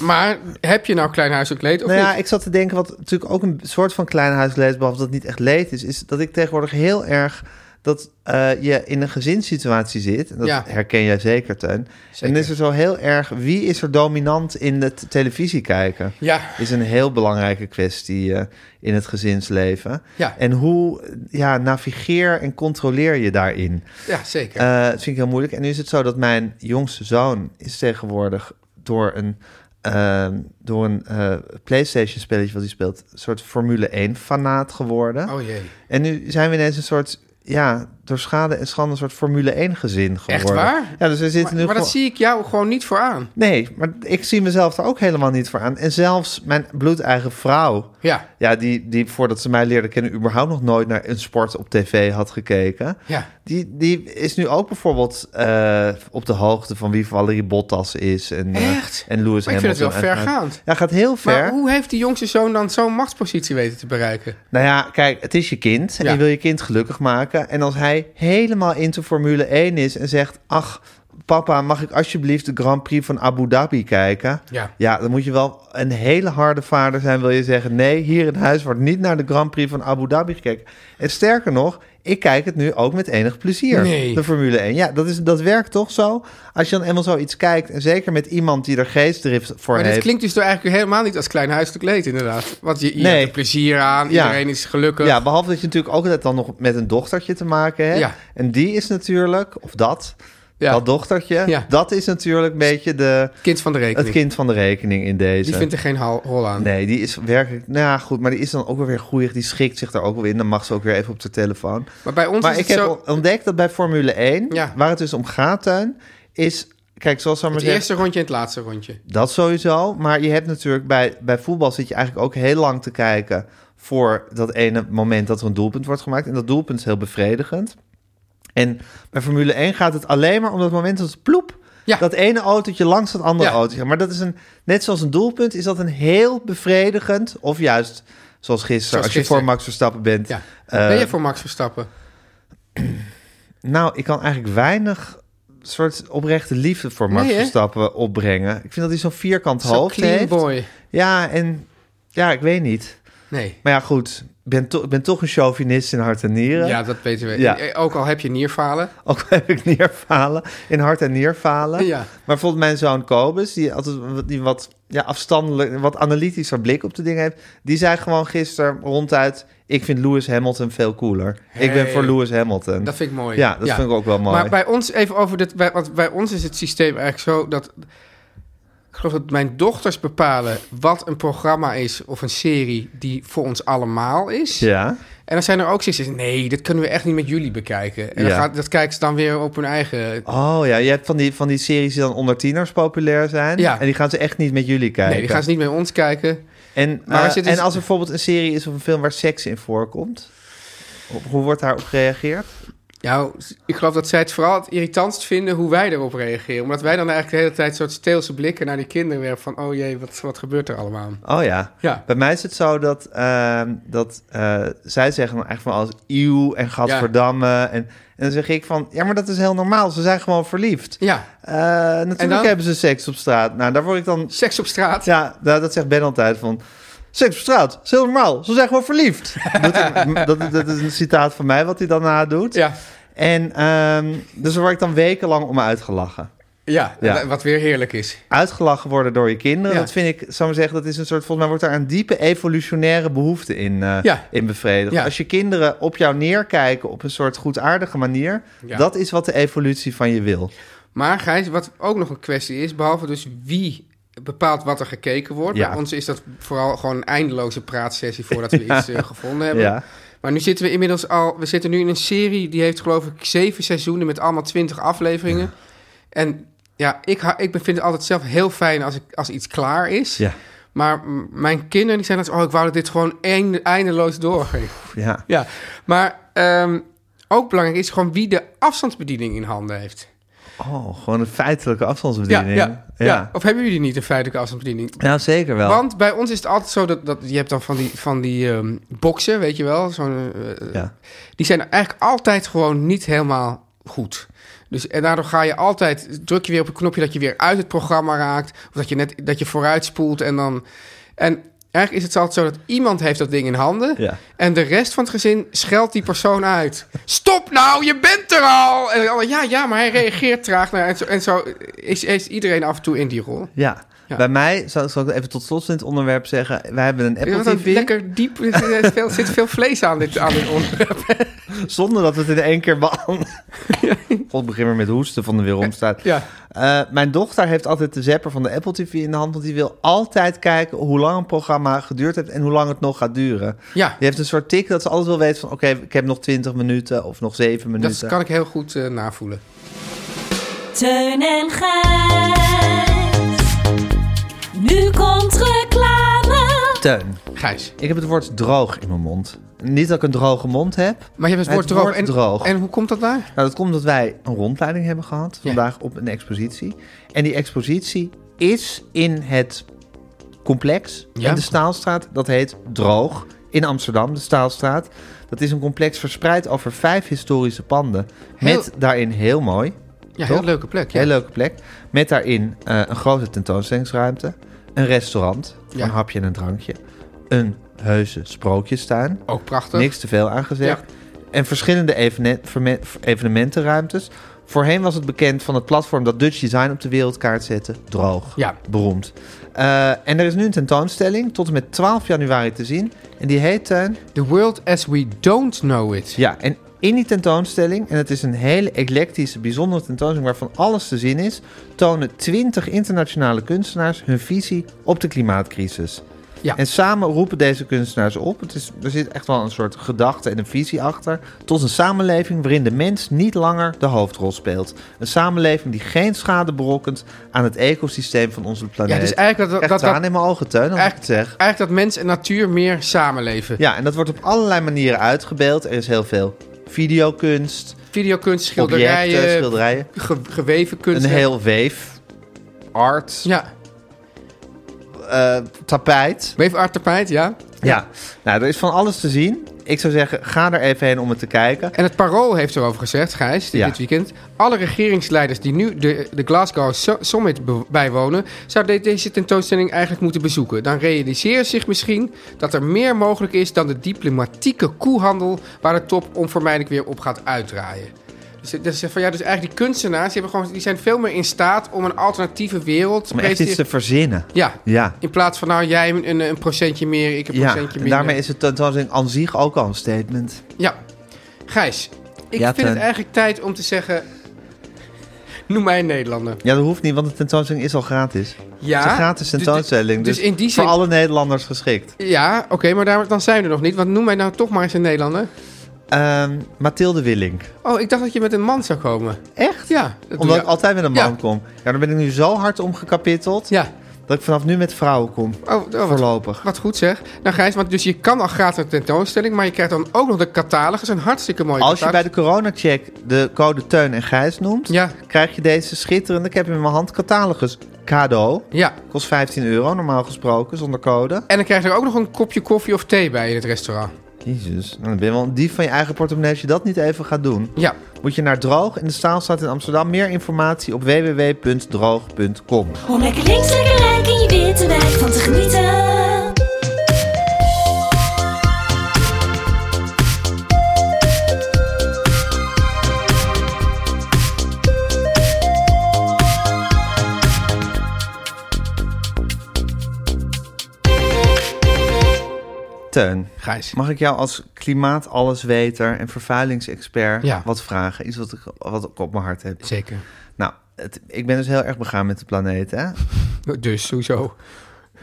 [SPEAKER 3] Maar heb je nou klein huiselijk leed of
[SPEAKER 2] Nou ja,
[SPEAKER 3] niet?
[SPEAKER 2] ik zat te denken, wat natuurlijk ook een soort van klein huisleed, behalve dat het niet echt leed is, is dat ik tegenwoordig heel erg dat eh, je in een gezinssituatie zit. En dat
[SPEAKER 3] Ja.
[SPEAKER 2] herken jij zeker, Teun. En is er zo heel erg, wie is er dominant in het televisie kijken?
[SPEAKER 3] Ja.
[SPEAKER 2] Is een heel belangrijke kwestie eh, in het gezinsleven.
[SPEAKER 3] Ja.
[SPEAKER 2] En hoe ja, navigeer en controleer je daarin?
[SPEAKER 3] Ja, zeker.
[SPEAKER 2] Eh, dat vind ik heel moeilijk. En nu is het zo dat mijn jongste zoon is tegenwoordig door een, ehm, door een eh, PlayStation spelletje wat hij speelt, een soort Formule 1 fanaat geworden.
[SPEAKER 3] oh jee.
[SPEAKER 2] En nu zijn we ineens een soort, ja, door schade en schande een soort Formule 1 gezin geworden.
[SPEAKER 3] waar?
[SPEAKER 2] Ja, dus we zitten
[SPEAKER 3] Maar,
[SPEAKER 2] nu
[SPEAKER 3] maar dat
[SPEAKER 2] gewoon-
[SPEAKER 3] zie ik jou gewoon niet voor aan.
[SPEAKER 2] Nee, maar ik zie mezelf er ook helemaal niet voor aan. En zelfs mijn bloedeigen vrouw,
[SPEAKER 3] Ja,
[SPEAKER 2] ja, die, die voordat ze mij leerde kennen, überhaupt nog nooit naar een sport op tv had gekeken.
[SPEAKER 3] ja.
[SPEAKER 2] Die, die is nu ook bijvoorbeeld eh, op de hoogte van wie Valerie Bottas is. En, eh,
[SPEAKER 3] Echt?
[SPEAKER 2] en Lewis
[SPEAKER 3] Maar
[SPEAKER 2] Hamilton.
[SPEAKER 3] ik vind het wel
[SPEAKER 2] uiteraard.
[SPEAKER 3] vergaand.
[SPEAKER 2] Ja, gaat heel ver.
[SPEAKER 3] Maar hoe heeft die jongste zoon dan zo'n machtspositie weten te bereiken?
[SPEAKER 2] Nou ja, kijk, het is je kind en
[SPEAKER 3] Ja.
[SPEAKER 2] je wil je kind gelukkig maken. En als hij helemaal into Formule 1 is en zegt... ach, papa, mag ik alsjeblieft de Grand Prix van Abu Dhabi kijken?
[SPEAKER 3] Ja.
[SPEAKER 2] Ja, dan moet je wel een hele harde vader zijn, wil je zeggen... nee, hier in huis wordt niet naar de Grand Prix van Abu Dhabi gekeken. En sterker nog, ik kijk het nu ook met enig plezier,
[SPEAKER 3] Nee.
[SPEAKER 2] de Formule 1. Ja, dat, is, dat werkt toch zo? Als je dan eenmaal zoiets kijkt, en zeker met iemand die er geestdrift voor
[SPEAKER 3] Maar dit
[SPEAKER 2] heeft...
[SPEAKER 3] klinkt dus door eigenlijk helemaal niet als klein huiselijk leed, inderdaad. Want je, je
[SPEAKER 2] Nee.
[SPEAKER 3] hebt er plezier aan,
[SPEAKER 2] Ja.
[SPEAKER 3] iedereen is gelukkig.
[SPEAKER 2] Ja, behalve dat je natuurlijk ook altijd dan nog met een dochtertje te maken hebt.
[SPEAKER 3] Ja.
[SPEAKER 2] En die is natuurlijk, of dat,
[SPEAKER 3] Ja.
[SPEAKER 2] dat dochtertje...
[SPEAKER 3] Ja.
[SPEAKER 2] dat is natuurlijk een beetje de,
[SPEAKER 3] Kind van de
[SPEAKER 2] het
[SPEAKER 3] rekening.
[SPEAKER 2] kind van de rekening in deze.
[SPEAKER 3] Die vindt er geen hal- hol aan.
[SPEAKER 2] Nee, die is werkelijk... Nou ja, goed, maar die is dan ook wel weer groeig. Die schikt zich daar ook wel in. Dan mag ze ook weer even op de telefoon.
[SPEAKER 3] Maar bij ons
[SPEAKER 2] Maar
[SPEAKER 3] is
[SPEAKER 2] ik
[SPEAKER 3] het
[SPEAKER 2] heb
[SPEAKER 3] zo...
[SPEAKER 2] al ontdekt dat bij Formule 1,
[SPEAKER 3] Ja.
[SPEAKER 2] waar het dus om gaat, Tuin, is... Kijk, zoals zou maar
[SPEAKER 3] Het
[SPEAKER 2] zeggen...
[SPEAKER 3] eerste rondje en het laatste rondje.
[SPEAKER 2] Dat sowieso. Maar je hebt natuurlijk bij, bij voetbal zit je eigenlijk ook heel lang te kijken voor dat ene moment dat er een doelpunt wordt gemaakt. En dat doelpunt is heel bevredigend. En bij Formule 1 gaat het alleen maar om dat moment dat het ploep.
[SPEAKER 3] Ja.
[SPEAKER 2] Dat ene autootje langs dat andere
[SPEAKER 3] Ja.
[SPEAKER 2] autootje. Maar dat is een, net zoals een doelpunt, is dat een heel bevredigend. Of juist zoals gisteren,
[SPEAKER 3] Zoals
[SPEAKER 2] als je
[SPEAKER 3] gisteren.
[SPEAKER 2] voor Max Verstappen bent.
[SPEAKER 3] Ja.
[SPEAKER 2] Eh,
[SPEAKER 3] ben je voor Max Verstappen?
[SPEAKER 2] Nou, ik kan eigenlijk weinig soort oprechte liefde voor Max
[SPEAKER 3] Nee, hè?
[SPEAKER 2] Verstappen opbrengen. Ik vind dat hij zo'n vierkant
[SPEAKER 3] Zo'n
[SPEAKER 2] hoofd
[SPEAKER 3] clean
[SPEAKER 2] heeft.
[SPEAKER 3] boy.
[SPEAKER 2] Ja, en ja, ik weet niet.
[SPEAKER 3] Nee.
[SPEAKER 2] Maar ja, goed, ik ben, to- ik ben toch een chauvinist in hart en nieren.
[SPEAKER 3] Ja, dat weten we.
[SPEAKER 2] Ja.
[SPEAKER 3] Eh, Ook al heb je nierfalen.
[SPEAKER 2] Ook al heb ik nierfalen, in hart en nierfalen.
[SPEAKER 3] Ja.
[SPEAKER 2] Maar bijvoorbeeld mijn zoon Kobus, die altijd wat- die wat ja, afstandelijk, wat analytischer blik op de dingen heeft, die zei gewoon gisteren ronduit: Ik vind Lewis Hamilton veel cooler. Ik ben
[SPEAKER 3] Hey.
[SPEAKER 2] voor Lewis Hamilton.
[SPEAKER 3] Dat vind ik mooi.
[SPEAKER 2] Ja, dat vind ik ook wel mooi.
[SPEAKER 3] Maar bij ons, even over dit, bij, want bij ons is het systeem eigenlijk zo dat. Ik geloof dat mijn dochters bepalen wat een programma is of een serie die voor ons allemaal is.
[SPEAKER 2] Ja,
[SPEAKER 3] En dan zijn er ook zitten. nee, dat kunnen we echt niet met jullie bekijken. En
[SPEAKER 2] Ja.
[SPEAKER 3] dan gaat, dat kijken ze dan weer op hun eigen...
[SPEAKER 2] oh ja, je hebt van die, van die series die dan onder tieners populair zijn.
[SPEAKER 3] Ja.
[SPEAKER 2] En die gaan ze echt niet met jullie kijken.
[SPEAKER 3] Nee, die gaan ze niet met ons kijken.
[SPEAKER 2] En,
[SPEAKER 3] Maar
[SPEAKER 2] eh,
[SPEAKER 3] als je dus-
[SPEAKER 2] en als er bijvoorbeeld een serie is of een film waar seks in voorkomt, op- hoe wordt daarop gereageerd?
[SPEAKER 3] Ja, Nou, ik geloof dat zij het vooral het irritantst vinden hoe wij erop reageren. Omdat wij dan eigenlijk de hele tijd soort steelse blikken naar die kinderen werpen van... oh jee, wat, wat gebeurt er allemaal?
[SPEAKER 2] Oh ja.
[SPEAKER 3] Ja.
[SPEAKER 2] Bij mij is het zo dat, ehm, dat eh, zij zeggen dan echt van als eeuw en gadverdamme. En, en dan zeg ik van, ja, maar dat is heel normaal. Ze zijn gewoon verliefd.
[SPEAKER 3] Ja,
[SPEAKER 2] Eh, natuurlijk
[SPEAKER 3] En dan?
[SPEAKER 2] hebben ze seks op straat. Nou, daar word ik dan...
[SPEAKER 3] seks op straat.
[SPEAKER 2] Ja, nou, dat zegt Ben altijd van... Seks op straat, is heel normaal. Ze zijn gewoon verliefd. dat, dat, dat is een citaat van mij wat hij daarna doet.
[SPEAKER 3] Ja,
[SPEAKER 2] En ehm, dus daar word ik dan wekenlang om uitgelachen.
[SPEAKER 3] ja, eh,
[SPEAKER 2] Ja.
[SPEAKER 3] wat weer heerlijk is.
[SPEAKER 2] Uitgelachen worden door je kinderen,
[SPEAKER 3] Ja.
[SPEAKER 2] dat vind ik, zou ik zeggen, dat is een soort, volgens mij wordt daar een diepe evolutionaire behoefte in, eh,
[SPEAKER 3] Ja.
[SPEAKER 2] in bevredigd.
[SPEAKER 3] Ja.
[SPEAKER 2] Als je kinderen op jou neerkijken op een soort goedaardige manier,
[SPEAKER 3] Ja.
[SPEAKER 2] dat is wat de evolutie van je wil.
[SPEAKER 3] Maar Gijs, wat ook nog een kwestie is, behalve dus wie bepaalt wat er gekeken wordt.
[SPEAKER 2] Ja.
[SPEAKER 3] Bij ons is dat vooral gewoon een eindeloze praatsessie voordat we iets eh, gevonden hebben.
[SPEAKER 2] Ja.
[SPEAKER 3] Maar nu zitten we inmiddels al, we zitten nu in een serie die heeft geloof ik zeven seizoenen met allemaal twintig afleveringen. En ja, ik, ha- ik vind het altijd zelf heel fijn als, ik, als iets klaar is.
[SPEAKER 2] Ja.
[SPEAKER 3] Maar m- mijn kinderen die zijn als, oh ik wou dat dit gewoon eind- eindeloos doorging.
[SPEAKER 2] Ja.
[SPEAKER 3] Ja, maar ehm, ook belangrijk is gewoon wie de afstandsbediening in handen heeft.
[SPEAKER 2] Oh, gewoon een feitelijke afstandsbediening.
[SPEAKER 3] Ja, ja, ja.
[SPEAKER 2] ja.
[SPEAKER 3] Of hebben jullie niet een feitelijke afstandsbediening?
[SPEAKER 2] Ja, zeker wel.
[SPEAKER 3] Want bij ons is het altijd zo dat, dat je hebt dan van die, van die ehm, boksen, weet je wel. Zo'n, eh,
[SPEAKER 2] Ja.
[SPEAKER 3] Die zijn eigenlijk altijd gewoon niet helemaal goed. Dus, en daardoor ga je altijd, druk je weer op een knopje dat je weer uit het programma raakt. Of dat je, net, dat je vooruit spoelt en dan... En eigenlijk is het altijd zo dat iemand heeft dat ding in handen.
[SPEAKER 2] Ja.
[SPEAKER 3] En de rest van het gezin scheldt die persoon uit. Stop nou, je bent er al! En dan, ja, ja, maar hij reageert traag. Nou, en zo, en zo is, is iedereen af en toe in die rol.
[SPEAKER 2] Ja.
[SPEAKER 3] Ja.
[SPEAKER 2] Bij mij, zal, zal ik even tot slot in het onderwerp zeggen, wij hebben een
[SPEAKER 3] Ja,
[SPEAKER 2] Apple
[SPEAKER 3] want dat
[SPEAKER 2] TV.
[SPEAKER 3] lekker diep. Er zit veel, zit veel vlees aan dit, aan dit onderwerp.
[SPEAKER 2] Zonder dat we het in één keer behandelen. God, begin maar met hoesten van de weeromstaat.
[SPEAKER 3] Ja.
[SPEAKER 2] Eh, mijn dochter heeft altijd de zapper van de Apple TV in de hand. Want die wil altijd kijken hoe lang een programma geduurd heeft en hoe lang het nog gaat duren.
[SPEAKER 3] Ja,
[SPEAKER 2] Die heeft een soort tik dat ze altijd wil weten van... oké, ik heb nog 20 minuten of nog 7 minuten.
[SPEAKER 3] dat kan ik heel goed eh, navoelen.
[SPEAKER 5] Teun en Gijs. Nu komt reclame.
[SPEAKER 2] Teun,
[SPEAKER 3] Gijs.
[SPEAKER 2] ik heb het woord droog in mijn mond. Niet dat ik een droge mond heb.
[SPEAKER 3] Maar je hebt het woord
[SPEAKER 2] Het
[SPEAKER 3] droog.
[SPEAKER 2] woord
[SPEAKER 3] en,
[SPEAKER 2] droog.
[SPEAKER 3] En hoe komt dat nou?
[SPEAKER 2] Nou, dat komt omdat wij een rondleiding hebben gehad
[SPEAKER 3] Ja.
[SPEAKER 2] vandaag op een expositie. En die expositie is in het complex
[SPEAKER 3] Ja.
[SPEAKER 2] in de Staalstraat. Dat heet Droog in Amsterdam, de Staalstraat. Dat is een complex verspreid over vijf historische panden.
[SPEAKER 3] Heel-
[SPEAKER 2] Met daarin heel mooi
[SPEAKER 3] Ja,
[SPEAKER 2] Toch?
[SPEAKER 3] heel leuke plek. Ja.
[SPEAKER 2] Heel leuke plek. Met daarin eh, een grote tentoonstellingsruimte. Een restaurant. Voor
[SPEAKER 3] Ja.
[SPEAKER 2] een hapje en een drankje. Een heuse sprookjestuin.
[SPEAKER 3] Ook prachtig.
[SPEAKER 2] Niks te veel aangezegd. En verschillende evene- verme- evenementenruimtes. Voorheen was het bekend van het platform dat Dutch Design op de wereldkaart zette. Droog.
[SPEAKER 3] Ja.
[SPEAKER 2] Beroemd. Eh, en er is nu een tentoonstelling tot en met 12 januari te zien. En die heet... eh,
[SPEAKER 3] The world as we don't know it.
[SPEAKER 2] ja, en in die tentoonstelling, en het is een hele eclectische, bijzondere tentoonstelling waarvan alles te zien is, tonen 20 internationale kunstenaars hun visie op de klimaatcrisis.
[SPEAKER 3] Ja.
[SPEAKER 2] En samen roepen deze kunstenaars op. Het is, er zit echt wel een soort gedachte en een visie achter. Tot een samenleving waarin de mens niet langer de hoofdrol speelt. Een samenleving die geen schade berokkent aan het ecosysteem van onze planeet.
[SPEAKER 3] Ja, dus eigenlijk dat-
[SPEAKER 2] Ik krijg
[SPEAKER 3] dat- dat-
[SPEAKER 2] tranen in mijn ogen, Teun, als ik het
[SPEAKER 3] Eigenlijk,
[SPEAKER 2] zeg.
[SPEAKER 3] eigenlijk dat mens en natuur meer samenleven.
[SPEAKER 2] Ja, en dat wordt op allerlei manieren uitgebeeld. Er is heel veel videokunst,
[SPEAKER 3] Videokunst,
[SPEAKER 2] objecten,
[SPEAKER 3] schilderijen,
[SPEAKER 2] schilderijen.
[SPEAKER 3] ge- geweven kunst.
[SPEAKER 2] Een heel weef, art,
[SPEAKER 3] Ja,
[SPEAKER 2] eh, tapijt.
[SPEAKER 3] weef art tapijt, ja.
[SPEAKER 2] Ja, nou, er is van alles te zien. Ik zou zeggen, ga er even heen om het te kijken.
[SPEAKER 3] En het Parool heeft erover gezegd, Gijs, dit,
[SPEAKER 2] Ja.
[SPEAKER 3] dit weekend... alle regeringsleiders die nu de, de Glasgow Su- Summit be- bijwonen... zouden de- deze tentoonstelling eigenlijk moeten bezoeken. Dan realiseren ze zich misschien dat er meer mogelijk is... dan de diplomatieke koehandel waar de top onvermijdelijk weer op gaat uitdraaien. Dus, het- dat is van, ja, dus eigenlijk die kunstenaars die hebben gewoon, die zijn veel meer in staat... om een alternatieve wereld te
[SPEAKER 2] Om echt iets te
[SPEAKER 3] presenteren.
[SPEAKER 2] verzinnen.
[SPEAKER 3] Ja,
[SPEAKER 2] Ja,
[SPEAKER 3] in plaats van nou jij een, een procentje meer, ik een
[SPEAKER 2] ja.
[SPEAKER 3] procentje
[SPEAKER 2] en
[SPEAKER 3] meer.
[SPEAKER 2] daarmee is het tentoonstelling aan zich ook al een statement.
[SPEAKER 3] Ja. Gijs, ik
[SPEAKER 2] Ja,
[SPEAKER 3] vind
[SPEAKER 2] Teun.
[SPEAKER 3] het eigenlijk tijd om te zeggen... Noem mij een Nederlander.
[SPEAKER 2] Ja, dat hoeft niet, want de tentoonstelling is al gratis.
[SPEAKER 3] Ja,
[SPEAKER 2] het is een gratis
[SPEAKER 3] dus-
[SPEAKER 2] tentoonstelling, dus,
[SPEAKER 3] dus in die
[SPEAKER 2] voor
[SPEAKER 3] zin-
[SPEAKER 2] alle Nederlanders geschikt.
[SPEAKER 3] Ja, oké, maar daar, dan zijn we er nog niet. Want noem mij nou toch maar eens een Nederlander.
[SPEAKER 2] Ehm Mathilde Willink.
[SPEAKER 3] Oh, ik dacht dat je met een man zou komen.
[SPEAKER 2] Echt?
[SPEAKER 3] Ja. dat doe
[SPEAKER 2] Omdat
[SPEAKER 3] je-
[SPEAKER 2] ik altijd met een
[SPEAKER 3] Ja.
[SPEAKER 2] man kom. Ja, daar ben ik nu zo hard om gekapitteld...
[SPEAKER 3] Ja.
[SPEAKER 2] dat ik vanaf nu met vrouwen kom.
[SPEAKER 3] Oh, oh, wat,
[SPEAKER 2] Voorlopig.
[SPEAKER 3] wat goed zeg. Nou Gijs, want dus je kan al gratis naar de tentoonstelling... maar je krijgt dan ook nog de catalogus. Een hartstikke mooie
[SPEAKER 2] Als je bij
[SPEAKER 3] catalogus.
[SPEAKER 2] de corona-check de code Teun en Gijs noemt...
[SPEAKER 3] Ja.
[SPEAKER 2] krijg je deze schitterende, ik heb hem in mijn hand, catalogus cadeau.
[SPEAKER 3] Ja.
[SPEAKER 2] Kost 15 euro normaal gesproken, zonder code.
[SPEAKER 3] En dan krijg je er ook nog een kopje koffie of thee bij in het restaurant.
[SPEAKER 2] Jezus, nou, dan ben je wel een dief van je eigen portemonnee als je dat niet even gaat doen.
[SPEAKER 3] Ja.
[SPEAKER 2] Moet je naar Droog in de Staalstraat in Amsterdam. Meer informatie op www.droog.com.
[SPEAKER 5] Om lekker links, lekker rijk in je witte wijk van te genieten.
[SPEAKER 2] Teun,
[SPEAKER 3] Gijs.
[SPEAKER 2] mag ik jou als klimaatallesweter en vervuilingsexpert
[SPEAKER 3] Ja.
[SPEAKER 2] wat vragen? Iets wat ik, wat ik op mijn hart heb.
[SPEAKER 3] Zeker.
[SPEAKER 2] Nou, het- ik ben dus heel erg begaan met de planeet, hè?
[SPEAKER 3] Dus, sowieso.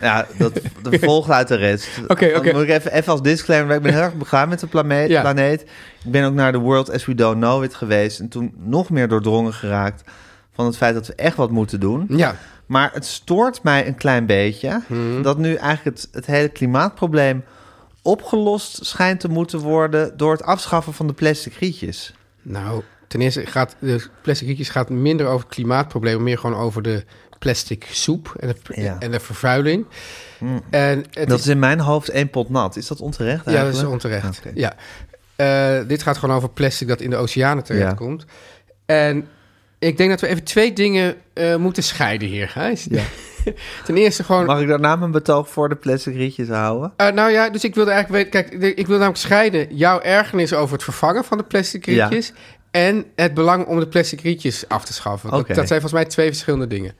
[SPEAKER 2] Ja, dat, dat volgt uit de rest.
[SPEAKER 3] Oké,
[SPEAKER 2] Dan
[SPEAKER 3] oké.
[SPEAKER 2] Moet ik even, even als disclaimer. Ik ben heel erg begaan met de planeet,
[SPEAKER 3] Ja.
[SPEAKER 2] planeet. Ik ben ook naar de World As We Don't Know It geweest. En toen nog meer doordrongen geraakt van het feit dat we echt wat moeten doen.
[SPEAKER 3] Ja.
[SPEAKER 2] Maar het stoort mij een klein beetje...
[SPEAKER 3] Hm.
[SPEAKER 2] dat nu eigenlijk het, het hele klimaatprobleem opgelost schijnt te moeten worden... door het afschaffen van de plastic rietjes.
[SPEAKER 3] Nou, ten eerste gaat de plastic rietjes gaat minder over het klimaatprobleem, meer gewoon over de plastic soep en de,
[SPEAKER 2] Ja. Hmm.
[SPEAKER 3] en de vervuiling. En het
[SPEAKER 2] Dat
[SPEAKER 3] is,
[SPEAKER 2] is in mijn hoofd één pot nat. Is dat onterecht
[SPEAKER 3] ja,
[SPEAKER 2] eigenlijk? Ah,
[SPEAKER 3] dat is onterecht.
[SPEAKER 2] Oké.
[SPEAKER 3] Ja. Eh, dit gaat gewoon over plastic dat in de oceanen terechtkomt. En ik denk dat we even twee dingen eh, moeten scheiden hier, Gijs. ten eerste gewoon...
[SPEAKER 2] Mag ik daarna mijn betoog voor de plastic rietjes houden?
[SPEAKER 3] Eh, nou ja, dus ik wilde eigenlijk weten... Kijk, de- ik wil namelijk scheiden jouw ergernis over het vervangen van de plastic
[SPEAKER 2] Ja.
[SPEAKER 3] rietjes... en het belang om de plastic rietjes af te schaffen. Dat,
[SPEAKER 2] Oké.
[SPEAKER 3] dat zijn volgens mij twee verschillende dingen.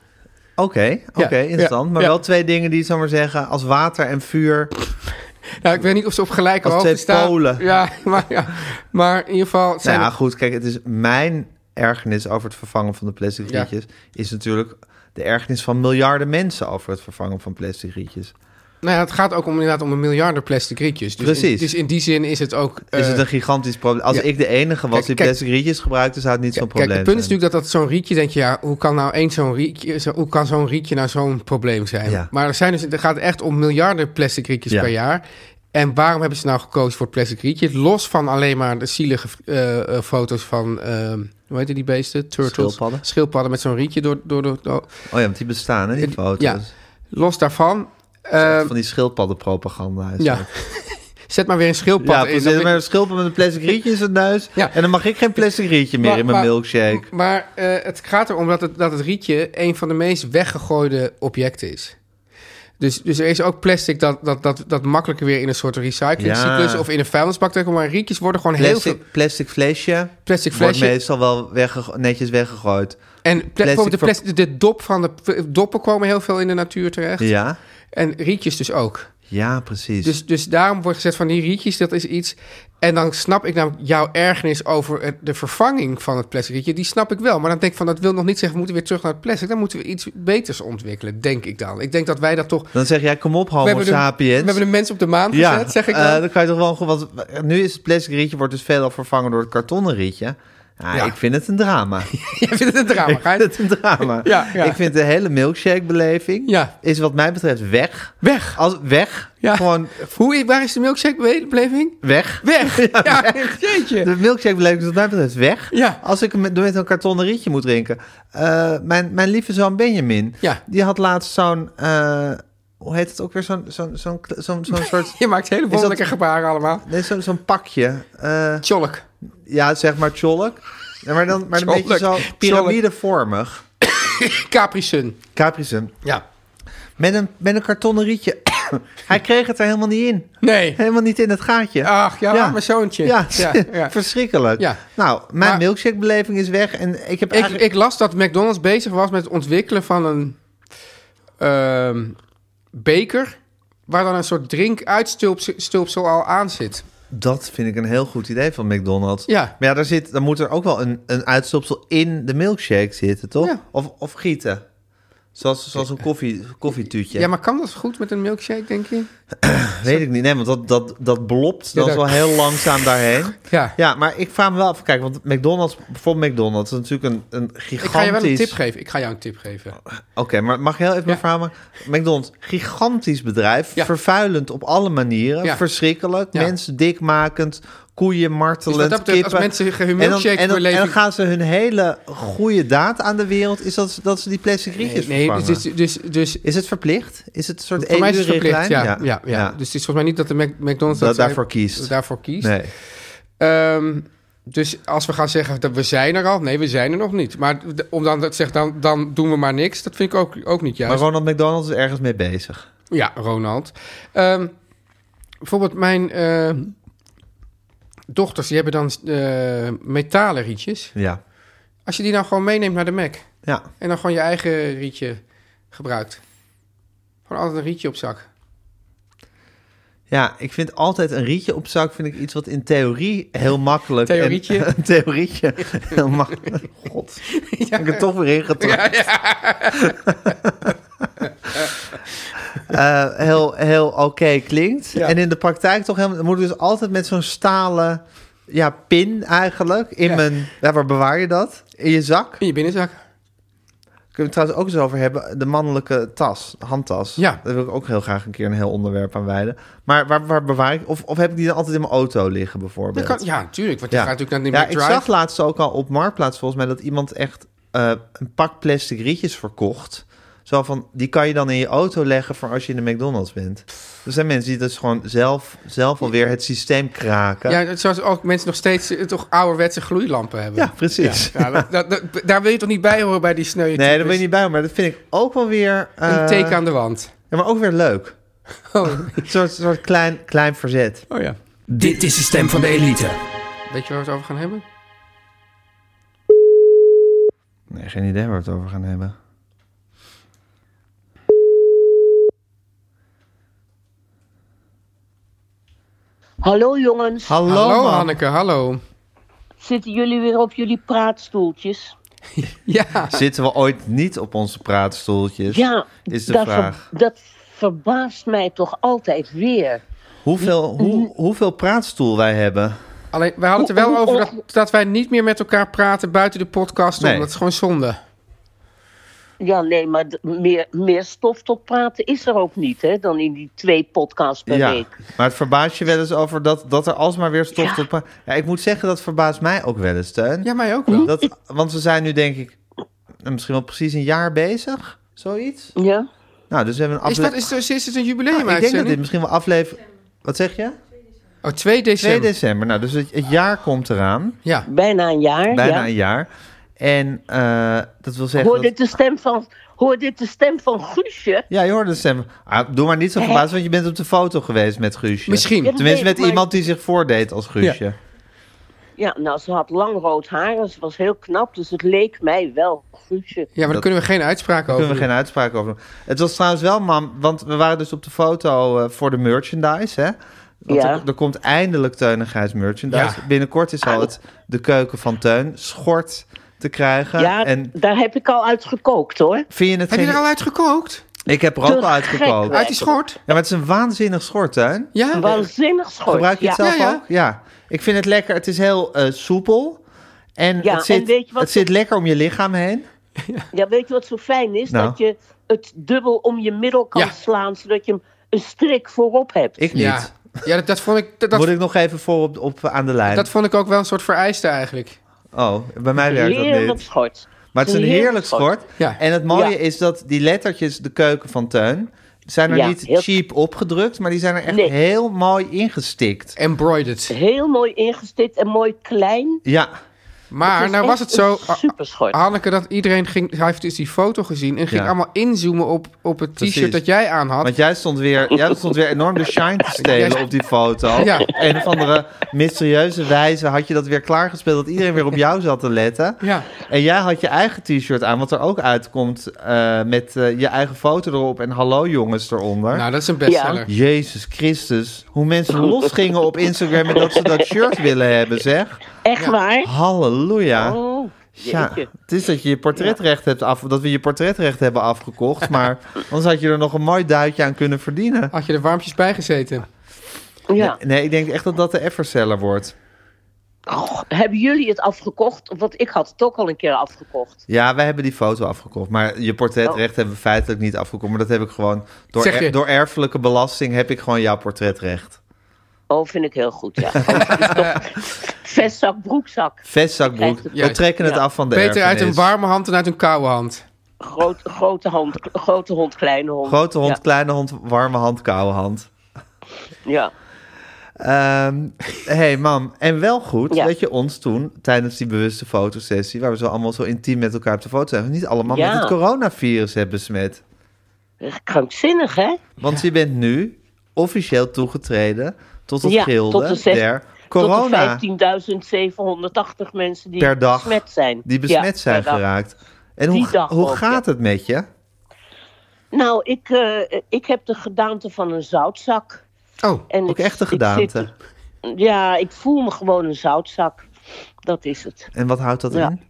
[SPEAKER 2] Oké, oké,
[SPEAKER 3] Ja,
[SPEAKER 2] interessant.
[SPEAKER 3] ja,
[SPEAKER 2] maar
[SPEAKER 3] ja.
[SPEAKER 2] wel twee dingen die, zal ik maar zeggen, als water en vuur.
[SPEAKER 3] Nou, ik weet niet of ze op gelijke
[SPEAKER 2] Als
[SPEAKER 3] hoogte
[SPEAKER 2] twee
[SPEAKER 3] staan.
[SPEAKER 2] polen.
[SPEAKER 3] Ja, maar, ja, maar in ieder geval zijn
[SPEAKER 2] nou ja,
[SPEAKER 3] het-
[SPEAKER 2] goed, kijk, het is mijn ergernis over het vervangen van de plastic
[SPEAKER 3] Ja.
[SPEAKER 2] rietjes. Is natuurlijk de ergernis van miljarden mensen over het vervangen van plastic rietjes.
[SPEAKER 3] nou ja, het gaat ook om, inderdaad om een miljarden plastic rietjes. Dus In,
[SPEAKER 2] Precies.
[SPEAKER 3] dus in die zin is het ook... eh,
[SPEAKER 2] is het een gigantisch probleem? Als
[SPEAKER 3] ja.
[SPEAKER 2] ik de enige was
[SPEAKER 3] Kijk,
[SPEAKER 2] die
[SPEAKER 3] kijk.
[SPEAKER 2] plastic rietjes gebruikte, zou het niet zo'n
[SPEAKER 3] Kijk,
[SPEAKER 2] probleem
[SPEAKER 3] het
[SPEAKER 2] zijn.
[SPEAKER 3] punt is natuurlijk dat, dat zo'n rietje, denk je, ja, hoe kan nou één zo'n rietje, zo, hoe kan zo'n rietje nou zo'n probleem zijn?
[SPEAKER 2] Ja.
[SPEAKER 3] Maar er, zijn dus, er gaat echt om miljarden plastic rietjes
[SPEAKER 2] Ja.
[SPEAKER 3] per jaar. En waarom hebben ze nou gekozen voor het plastic rietje? Los van alleen maar de zielige eh, eh, foto's van, ehm hoe heet die beesten? Turtles.
[SPEAKER 2] Schildpadden.
[SPEAKER 3] Schildpadden met zo'n rietje door, door, door, door-
[SPEAKER 2] Oh ja, want die bestaan, hè, die
[SPEAKER 3] Eh,
[SPEAKER 2] foto's.
[SPEAKER 3] ja. Los daarvan. eh,
[SPEAKER 2] Van die schildpaddenpropaganda. is
[SPEAKER 3] Ja.
[SPEAKER 2] dat.
[SPEAKER 3] Zet maar weer een schildpad
[SPEAKER 2] Ja,
[SPEAKER 3] in.
[SPEAKER 2] precies.
[SPEAKER 3] Dan
[SPEAKER 2] Met een schildpad met een plastic rietje in zijn neus.
[SPEAKER 3] Ja.
[SPEAKER 2] En dan mag ik geen plastic rietje meer
[SPEAKER 3] Maar-
[SPEAKER 2] in mijn
[SPEAKER 3] maar-
[SPEAKER 2] milkshake.
[SPEAKER 3] Maar eh, het gaat erom dat het, dat het rietje een van de meest weggegooide objecten is. Dus, dus er is ook plastic dat, dat, dat, dat makkelijker weer in een soort recyclingcyclus
[SPEAKER 2] Ja.
[SPEAKER 3] of in een vuilnisbak terecht. komt. Maar rietjes worden gewoon heel veel
[SPEAKER 2] Plastic, plastic flesje
[SPEAKER 3] plastic
[SPEAKER 2] wordt
[SPEAKER 3] flesjes.
[SPEAKER 2] meestal wel wegge- netjes weggegooid.
[SPEAKER 3] En pla-
[SPEAKER 2] plastic
[SPEAKER 3] bijvoorbeeld de,
[SPEAKER 2] ver-
[SPEAKER 3] plas- de- de dop van de de doppen komen heel veel in de natuur terecht.
[SPEAKER 2] Ja,
[SPEAKER 3] En rietjes dus ook.
[SPEAKER 2] ja precies.
[SPEAKER 3] Dus, dus daarom wordt gezegd van die rietjes, dat is iets. En dan snap ik nou jouw ergernis over het- de vervanging van het plastic rietje. Die snap ik wel. Maar dan denk ik van, dat wil nog niet zeggen, we moeten weer terug naar het plastic. Dan moeten we iets beters ontwikkelen, denk ik dan. Ik denk dat wij dat toch...
[SPEAKER 2] dan zeg jij, kom op homo
[SPEAKER 3] we, hebben de, we
[SPEAKER 2] sapiens.
[SPEAKER 3] hebben de mensen op de maan gezet,
[SPEAKER 2] ja,
[SPEAKER 3] zeg ik dan.
[SPEAKER 2] eh, dan kan je toch wel goed. Want nu is het plastic rietje wordt dus veelal vervangen door het kartonnen rietje. Ah,
[SPEAKER 3] Ja.
[SPEAKER 2] Ik vind het een drama.
[SPEAKER 3] Jij vindt het een drama,
[SPEAKER 2] ik vind
[SPEAKER 3] Gijs?
[SPEAKER 2] het een drama.
[SPEAKER 3] Ja, ja.
[SPEAKER 2] Ik vind de hele milkshake-beleving
[SPEAKER 3] Ja.
[SPEAKER 2] is wat mij betreft weg.
[SPEAKER 3] Weg.
[SPEAKER 2] Als, weg.
[SPEAKER 3] Ja.
[SPEAKER 2] Gewoon
[SPEAKER 3] Hoe, waar is de milkshake-beleving?
[SPEAKER 2] weg.
[SPEAKER 3] Weg! Ja, jeetje.
[SPEAKER 2] De milkshake-beleving is dus wat mij betreft weg.
[SPEAKER 3] Ja.
[SPEAKER 2] Als ik hem met, met een kartonnen rietje moet drinken. Eh, mijn, mijn lieve zoon Benjamin,
[SPEAKER 3] Ja.
[SPEAKER 2] die had laatst zo'n... eh, hoe heet het ook weer? Zo'n zo'n zo'n zo'n zo'n soort...
[SPEAKER 3] Je maakt hele wonderlijke gebaren allemaal.
[SPEAKER 2] Nee, zo'n zo'n pakje. Eh,
[SPEAKER 3] Tjolk.
[SPEAKER 2] ja, zeg maar cholk. Ja, maar dan maar een
[SPEAKER 3] Tjolk.
[SPEAKER 2] beetje zo
[SPEAKER 3] Tjolk.
[SPEAKER 2] piramidevormig.
[SPEAKER 3] Capri Sun.
[SPEAKER 2] Capri Sun.
[SPEAKER 3] Ja.
[SPEAKER 2] Met een, met een kartonnen rietje. Hij kreeg het er helemaal niet in.
[SPEAKER 3] Nee.
[SPEAKER 2] Helemaal niet in het gaatje.
[SPEAKER 3] Ach, ja, maar zoontje.
[SPEAKER 2] Ja,
[SPEAKER 3] Ja, ja.
[SPEAKER 2] verschrikkelijk.
[SPEAKER 3] Ja.
[SPEAKER 2] Nou, mijn
[SPEAKER 3] Maar-
[SPEAKER 2] milkshakebeleving is weg. En ik heb
[SPEAKER 3] Ik,
[SPEAKER 2] eigenlijk...
[SPEAKER 3] ik las dat McDonald's bezig was met het ontwikkelen van een ehm, beker. Waar dan een soort drinkuitstulpsel al aan zit.
[SPEAKER 2] Dat vind ik een heel goed idee van McDonald's.
[SPEAKER 3] Ja.
[SPEAKER 2] Maar ja, daar zit, dan moet er ook wel een, een uitstopsel in de milkshake zitten, toch?
[SPEAKER 3] Ja.
[SPEAKER 2] Of, of gieten. Zoals, zoals een koffie, koffietuutje.
[SPEAKER 3] Ja, maar kan dat goed met een milkshake, denk je?
[SPEAKER 2] Weet ik niet. Nee, want dat, dat, dat blopt. Dat
[SPEAKER 3] Ja,
[SPEAKER 2] is wel
[SPEAKER 3] dat-
[SPEAKER 2] heel langzaam daarheen.
[SPEAKER 3] Ja.
[SPEAKER 2] Ja, maar ik vraag me wel af. Kijk, want McDonald's, bijvoorbeeld McDonald's, is natuurlijk een, een gigantisch... Oh,
[SPEAKER 3] Ik ga je wel een tip geven. Ik ga jou een tip geven.
[SPEAKER 2] Oké, maar mag je heel even mijn
[SPEAKER 3] Ja.
[SPEAKER 2] verhaal maken? McDonald's, gigantisch bedrijf.
[SPEAKER 3] Ja.
[SPEAKER 2] Vervuilend op alle manieren.
[SPEAKER 3] Ja.
[SPEAKER 2] Verschrikkelijk.
[SPEAKER 3] Ja.
[SPEAKER 2] Mensen dikmakend. Koeien
[SPEAKER 3] Dus
[SPEAKER 2] martelend,
[SPEAKER 3] wat dat betreft, als
[SPEAKER 2] kippen.
[SPEAKER 3] mensen hun
[SPEAKER 2] en, dan, en, dan, en
[SPEAKER 3] milkshakebeleving-
[SPEAKER 2] dan gaan ze hun hele goede daad aan de wereld... is dat, ze- dat ze die plastic rietjes
[SPEAKER 3] dus,
[SPEAKER 2] vervangen.
[SPEAKER 3] dus, dus, dus
[SPEAKER 2] is het verplicht? Is het een soort
[SPEAKER 3] voor mij is het verplicht.
[SPEAKER 2] EU-richtlijn?
[SPEAKER 3] Ja, ja, ja, Dus het is volgens mij niet dat de Mac- McDonald's
[SPEAKER 2] Dat
[SPEAKER 3] zij-
[SPEAKER 2] daarvoor kiest.
[SPEAKER 3] Daarvoor kiest.
[SPEAKER 2] Nee.
[SPEAKER 3] Ehm, dus als we gaan zeggen dat we zijn er al, nee, we zijn er nog niet. Maar d- om dan te zeggen, dan, dan doen we maar niks, dat vind ik ook, ook niet
[SPEAKER 2] Maar
[SPEAKER 3] juist.
[SPEAKER 2] Ronald McDonald's is ergens mee bezig.
[SPEAKER 3] ja, Ronald. Ehm, bijvoorbeeld mijn eh, dochters, die hebben dan eh, metalen rietjes.
[SPEAKER 2] Ja.
[SPEAKER 3] Als je die nou gewoon meeneemt naar de Mac
[SPEAKER 2] Ja.
[SPEAKER 3] en dan gewoon je eigen rietje gebruikt. Gewoon altijd een rietje op zak.
[SPEAKER 2] Ja, ik vind altijd een rietje op zak vind ik iets wat in theorie heel makkelijk... en-
[SPEAKER 3] Theorietje?
[SPEAKER 2] een theorietje heel makkelijk... God,
[SPEAKER 3] Ja.
[SPEAKER 2] ik er toch weer ingetrokken. Eh, heel heel oké klinkt.
[SPEAKER 3] Ja.
[SPEAKER 2] En in de praktijk toch helemaal... Dan moet ik dus altijd met zo'n stalen ja, pin eigenlijk in
[SPEAKER 3] Ja.
[SPEAKER 2] mijn... Ja, waar bewaar je dat? In je zak?
[SPEAKER 3] In je binnenzak.
[SPEAKER 2] Kunnen we het trouwens ook eens over hebben. De mannelijke tas, de handtas.
[SPEAKER 3] Ja.
[SPEAKER 2] Daar wil ik ook heel graag een keer een heel onderwerp aan wijden. Maar waar, waar bewaar ik... Of, of heb ik die dan altijd in mijn auto liggen bijvoorbeeld?
[SPEAKER 3] Dat kan, ja, natuurlijk, want je gaat natuurlijk naar de
[SPEAKER 2] ja,
[SPEAKER 3] Mac
[SPEAKER 2] ik
[SPEAKER 3] Drive.
[SPEAKER 2] zag laatst ook al op Marktplaats volgens mij dat iemand echt eh, een pak plastic rietjes verkocht. Zo van, die kan je dan in je auto leggen voor als je in de McDonald's bent. Er zijn mensen die dus gewoon zelf, zelf alweer het systeem kraken.
[SPEAKER 3] Ja, zoals ook mensen nog steeds eh, toch ouderwetse gloeilampen hebben.
[SPEAKER 2] Ja, precies.
[SPEAKER 3] Ja, dat- dat- dat- daar wil je toch niet bij horen bij die sneuwe
[SPEAKER 2] nee, daar
[SPEAKER 3] types?
[SPEAKER 2] ben je niet bij, maar dat vind ik ook wel weer... eh,
[SPEAKER 3] Een teken aan de wand.
[SPEAKER 2] Ja, maar ook weer leuk.
[SPEAKER 3] Oh,
[SPEAKER 2] Een soort, soort klein, klein verzet.
[SPEAKER 3] oh ja.
[SPEAKER 4] Dit is de stem van de elite.
[SPEAKER 3] Weet je waar we het over gaan hebben?
[SPEAKER 2] Nee, geen idee waar we het over gaan hebben.
[SPEAKER 6] Hallo jongens,
[SPEAKER 2] Hallo,
[SPEAKER 3] hallo
[SPEAKER 2] man.
[SPEAKER 3] Hanneke, hallo.
[SPEAKER 6] zitten jullie weer op jullie praatstoeltjes?
[SPEAKER 3] Ja,
[SPEAKER 2] Zitten we ooit niet op onze praatstoeltjes?
[SPEAKER 6] Ja,
[SPEAKER 2] Is de
[SPEAKER 6] dat,
[SPEAKER 2] vraag.
[SPEAKER 6] ver- dat verbaast mij toch altijd weer.
[SPEAKER 2] Hoeveel,
[SPEAKER 6] Mm.
[SPEAKER 2] hoe, hoeveel praatstoel wij hebben?
[SPEAKER 3] alleen we hadden het er wel over dat, dat wij niet meer met elkaar praten buiten de podcast. om.
[SPEAKER 2] Nee.
[SPEAKER 3] Dat is gewoon zonde.
[SPEAKER 6] Ja, nee, maar d- meer, meer stof tot praten is er ook niet, hè, dan in die twee podcasts per
[SPEAKER 2] Ja,
[SPEAKER 6] week.
[SPEAKER 2] maar het verbaast je wel eens over dat, dat er alsmaar weer stof tot... pra- Ja, ik moet zeggen, dat verbaast mij ook wel eens, Steun.
[SPEAKER 3] Ja, mij ook wel.
[SPEAKER 2] Dat, want we zijn nu, denk ik, eh, misschien wel precies een jaar bezig, zoiets.
[SPEAKER 6] Ja?
[SPEAKER 2] Nou, dus we hebben een
[SPEAKER 3] Is, dat,
[SPEAKER 2] aflevering...
[SPEAKER 3] is, er- is het een
[SPEAKER 2] Ah, ik denk dat dit
[SPEAKER 3] jubileumuitzending?
[SPEAKER 2] misschien wel aflevering... Wat zeg je?
[SPEAKER 3] Oh, 2
[SPEAKER 2] 2
[SPEAKER 3] december.
[SPEAKER 2] december. Nou, dus het, het jaar komt eraan.
[SPEAKER 3] ja.
[SPEAKER 6] Bijna een jaar.
[SPEAKER 2] Bijna
[SPEAKER 6] ja.
[SPEAKER 2] een jaar. En eh, dat wil zeggen...
[SPEAKER 6] Hoor
[SPEAKER 2] dat-
[SPEAKER 6] dit de stem van, hoor dit de stem van Guusje?
[SPEAKER 2] Ja, je hoorde de stem. Ah, doe maar niet zo verbaasd, want je bent op de foto geweest met Guusje.
[SPEAKER 3] Misschien. Ja, dat
[SPEAKER 2] Tenminste,
[SPEAKER 6] weet
[SPEAKER 2] met
[SPEAKER 6] ik, maar-
[SPEAKER 2] iemand die zich voordeed als Guusje.
[SPEAKER 6] Ja, nou, ze had lang rood haar en ze was heel knap, dus het leek mij wel Guusje.
[SPEAKER 3] Ja, maar daar kunnen we geen uitspraak
[SPEAKER 2] Daar
[SPEAKER 3] over
[SPEAKER 2] kunnen we geen uitspraak over doen. Het was trouwens wel, mam, want we waren dus op de foto eh, voor de merchandise, hè? Want
[SPEAKER 6] Ja.
[SPEAKER 2] er, er komt eindelijk Teun en Gijs merchandise.
[SPEAKER 3] Ja.
[SPEAKER 2] Binnenkort is al het de keuken van Teun schort te krijgen.
[SPEAKER 6] Ja,
[SPEAKER 2] En
[SPEAKER 6] daar heb ik al uit gekookt hoor.
[SPEAKER 2] vind je het
[SPEAKER 3] Heb je
[SPEAKER 2] geen...
[SPEAKER 3] er al uit gekookt?
[SPEAKER 2] Ik heb er ook
[SPEAKER 6] Te
[SPEAKER 2] al
[SPEAKER 6] gek,
[SPEAKER 2] uitgekookt.
[SPEAKER 6] hè?
[SPEAKER 3] Uit die schort?
[SPEAKER 2] Ja, maar het is een waanzinnig schort, Teun.
[SPEAKER 3] Ja?
[SPEAKER 6] Waanzinnig schort.
[SPEAKER 2] eh, Gebruik je het
[SPEAKER 6] ja.
[SPEAKER 2] zelf
[SPEAKER 3] Ja, ja.
[SPEAKER 2] ook? Ja. Ik vind het lekker. Het is heel eh, soepel. En
[SPEAKER 6] Ja,
[SPEAKER 2] het, zit,
[SPEAKER 6] en weet je wat-
[SPEAKER 2] het zit lekker om je lichaam heen.
[SPEAKER 6] Ja, weet je wat zo fijn is?
[SPEAKER 2] Nou.
[SPEAKER 6] Dat je het dubbel om je middel kan
[SPEAKER 3] Ja.
[SPEAKER 6] slaan, zodat je hem een strik voorop hebt.
[SPEAKER 2] Ik niet.
[SPEAKER 3] Ja. Ja, dat, dat vond ik, dat, dat,
[SPEAKER 2] Moet ik nog even voor op, op aan de lijn?
[SPEAKER 3] dat vond ik ook wel een soort vereiste eigenlijk.
[SPEAKER 2] Oh, bij mij werkt dat
[SPEAKER 6] Heerlijk
[SPEAKER 2] niet.
[SPEAKER 6] schort.
[SPEAKER 2] Maar het is een heerlijk schort.
[SPEAKER 3] Ja.
[SPEAKER 2] En het mooie
[SPEAKER 6] Ja.
[SPEAKER 2] is dat die lettertjes, de keuken van Teun, zijn er
[SPEAKER 6] Ja,
[SPEAKER 2] niet
[SPEAKER 6] heel-
[SPEAKER 2] cheap opgedrukt, maar die zijn er echt
[SPEAKER 6] Nee.
[SPEAKER 2] heel mooi ingestikt.
[SPEAKER 3] Embroidered.
[SPEAKER 6] Heel mooi ingestikt en mooi klein.
[SPEAKER 2] Ja,
[SPEAKER 6] Het
[SPEAKER 3] Maar
[SPEAKER 6] is
[SPEAKER 3] nou was het
[SPEAKER 6] echt
[SPEAKER 3] zo,
[SPEAKER 6] een superschort.
[SPEAKER 2] Ah,
[SPEAKER 3] Hanneke, dat iedereen ging... Hij heeft dus die foto gezien en ging
[SPEAKER 2] Ja.
[SPEAKER 3] allemaal inzoomen op, op het
[SPEAKER 2] Precies.
[SPEAKER 3] t-shirt dat jij aan had.
[SPEAKER 2] want jij stond weer, jij stond weer enorm de shine te stelen
[SPEAKER 3] Ja.
[SPEAKER 2] op die foto.
[SPEAKER 3] Ja.
[SPEAKER 2] Een of andere mysterieuze wijze had je dat weer klaargespeeld, dat iedereen weer op jou zat te letten.
[SPEAKER 3] Ja.
[SPEAKER 2] En jij had je eigen t-shirt aan, wat er ook uitkomt eh, met eh, je eigen foto erop en hallo jongens eronder.
[SPEAKER 3] Nou, dat is een bestseller.
[SPEAKER 2] Jezus Christus, hoe mensen losgingen op Instagram en dat ze dat shirt willen hebben, zeg.
[SPEAKER 6] Echt waar?
[SPEAKER 2] Halleluja.
[SPEAKER 6] Oh,
[SPEAKER 2] Ja,
[SPEAKER 6] jeetje.
[SPEAKER 2] het is dat je je portretrecht hebt af, dat we je portretrecht hebben afgekocht, maar anders had je er nog een mooi duitje aan kunnen verdienen.
[SPEAKER 3] Had je er warmpjes bij gezeten?
[SPEAKER 6] ja.
[SPEAKER 2] Nee, ik denk echt dat dat de Everseller wordt.
[SPEAKER 6] Oh, hebben jullie het afgekocht? Want ik had het ook al een keer afgekocht.
[SPEAKER 2] Ja, wij hebben die foto afgekocht, maar je
[SPEAKER 6] Oh.
[SPEAKER 2] portretrecht hebben we feitelijk niet afgekocht, maar dat heb ik gewoon door,
[SPEAKER 3] Zeg je-
[SPEAKER 2] er- door erfelijke belasting heb ik gewoon jouw portretrecht.
[SPEAKER 6] Oh, vind ik heel goed, ja. Het is toch Vestzak, broekzak.
[SPEAKER 2] Vestzakbroek,
[SPEAKER 6] Je krijgt
[SPEAKER 3] het-
[SPEAKER 2] we trekken het
[SPEAKER 6] Ja.
[SPEAKER 2] af van de
[SPEAKER 3] Beter uit een
[SPEAKER 2] erfenis.
[SPEAKER 3] warme hand dan uit een koude hand.
[SPEAKER 6] Groot, grote, hand, grote hond, kleine hond.
[SPEAKER 2] Grote hond, kleine hond, warme hand, koude hand.
[SPEAKER 6] Ja, ja.
[SPEAKER 2] Ehm, hey mam, en wel goed
[SPEAKER 6] Ja.
[SPEAKER 2] dat je ons toen tijdens die bewuste fotosessie, waar we zo allemaal zo intiem met elkaar op de foto zijn, niet allemaal
[SPEAKER 6] Ja.
[SPEAKER 2] met het coronavirus hebt besmet.
[SPEAKER 6] Echt Krankzinnig, hè?
[SPEAKER 2] Want je bent nu officieel toegetreden tot het
[SPEAKER 6] Ja,
[SPEAKER 2] gilde
[SPEAKER 6] tot de zes-
[SPEAKER 2] der corona
[SPEAKER 6] Tot de 15.780 mensen die
[SPEAKER 2] per dag
[SPEAKER 6] besmet zijn.
[SPEAKER 2] die besmet
[SPEAKER 6] Ja,
[SPEAKER 2] zijn
[SPEAKER 6] per dag.
[SPEAKER 2] geraakt. En
[SPEAKER 6] Die
[SPEAKER 2] hoe,
[SPEAKER 6] dag
[SPEAKER 2] hoe
[SPEAKER 6] ook,
[SPEAKER 2] gaat het met je?
[SPEAKER 6] Nou, ik, eh, ik heb de gedaante van een zoutzak.
[SPEAKER 3] Oh,
[SPEAKER 6] En
[SPEAKER 2] Ook
[SPEAKER 6] ik-
[SPEAKER 2] echte
[SPEAKER 6] ik
[SPEAKER 2] gedaante.
[SPEAKER 6] zit- ja, ik voel me gewoon een zoutzak. Dat is het.
[SPEAKER 2] En wat houdt dat
[SPEAKER 6] Ja.
[SPEAKER 2] in?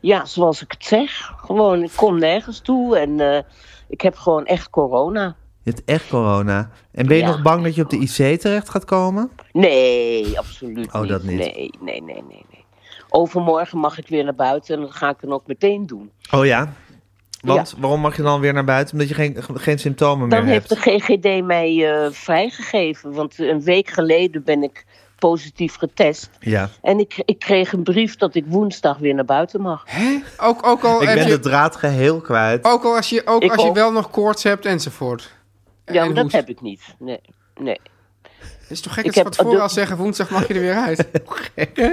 [SPEAKER 6] Ja, zoals ik het zeg. Gewoon, ik kom nergens toe en eh, ik heb gewoon echt corona.
[SPEAKER 2] Je hebt echt corona. En ben je
[SPEAKER 6] Ja.
[SPEAKER 2] nog bang dat je op de IC terecht gaat komen?
[SPEAKER 6] Nee, absoluut
[SPEAKER 2] Oh,
[SPEAKER 6] niet.
[SPEAKER 2] dat niet.
[SPEAKER 6] Nee, nee, nee, nee, nee. Overmorgen mag ik weer naar buiten en dat ga ik dan ook meteen doen.
[SPEAKER 2] Oh ja? Want waarom mag je dan weer naar buiten? Omdat je geen, geen symptomen
[SPEAKER 6] Dan
[SPEAKER 2] meer hebt.
[SPEAKER 6] heeft de GGD mij eh, vrijgegeven, want een week geleden ben ik positief getest.
[SPEAKER 2] Ja.
[SPEAKER 3] Oh,
[SPEAKER 6] En ik, ik kreeg een brief dat ik woensdag weer naar buiten mag.
[SPEAKER 3] hè? Ook, ook, al,
[SPEAKER 2] Ik
[SPEAKER 3] heb
[SPEAKER 2] ben
[SPEAKER 3] je,
[SPEAKER 2] de draad geheel kwijt.
[SPEAKER 3] ook al als je, ook
[SPEAKER 6] Ik
[SPEAKER 3] als je
[SPEAKER 6] ook.
[SPEAKER 3] wel nog koorts hebt enzovoort.
[SPEAKER 6] Ja, maar dat
[SPEAKER 3] hoest.
[SPEAKER 6] heb ik niet. Nee, nee.
[SPEAKER 3] Het is toch gek
[SPEAKER 6] Ik
[SPEAKER 3] dat ze
[SPEAKER 6] heb-
[SPEAKER 3] van tevoren
[SPEAKER 6] dat-
[SPEAKER 3] al zeggen, woensdag mag je er weer uit.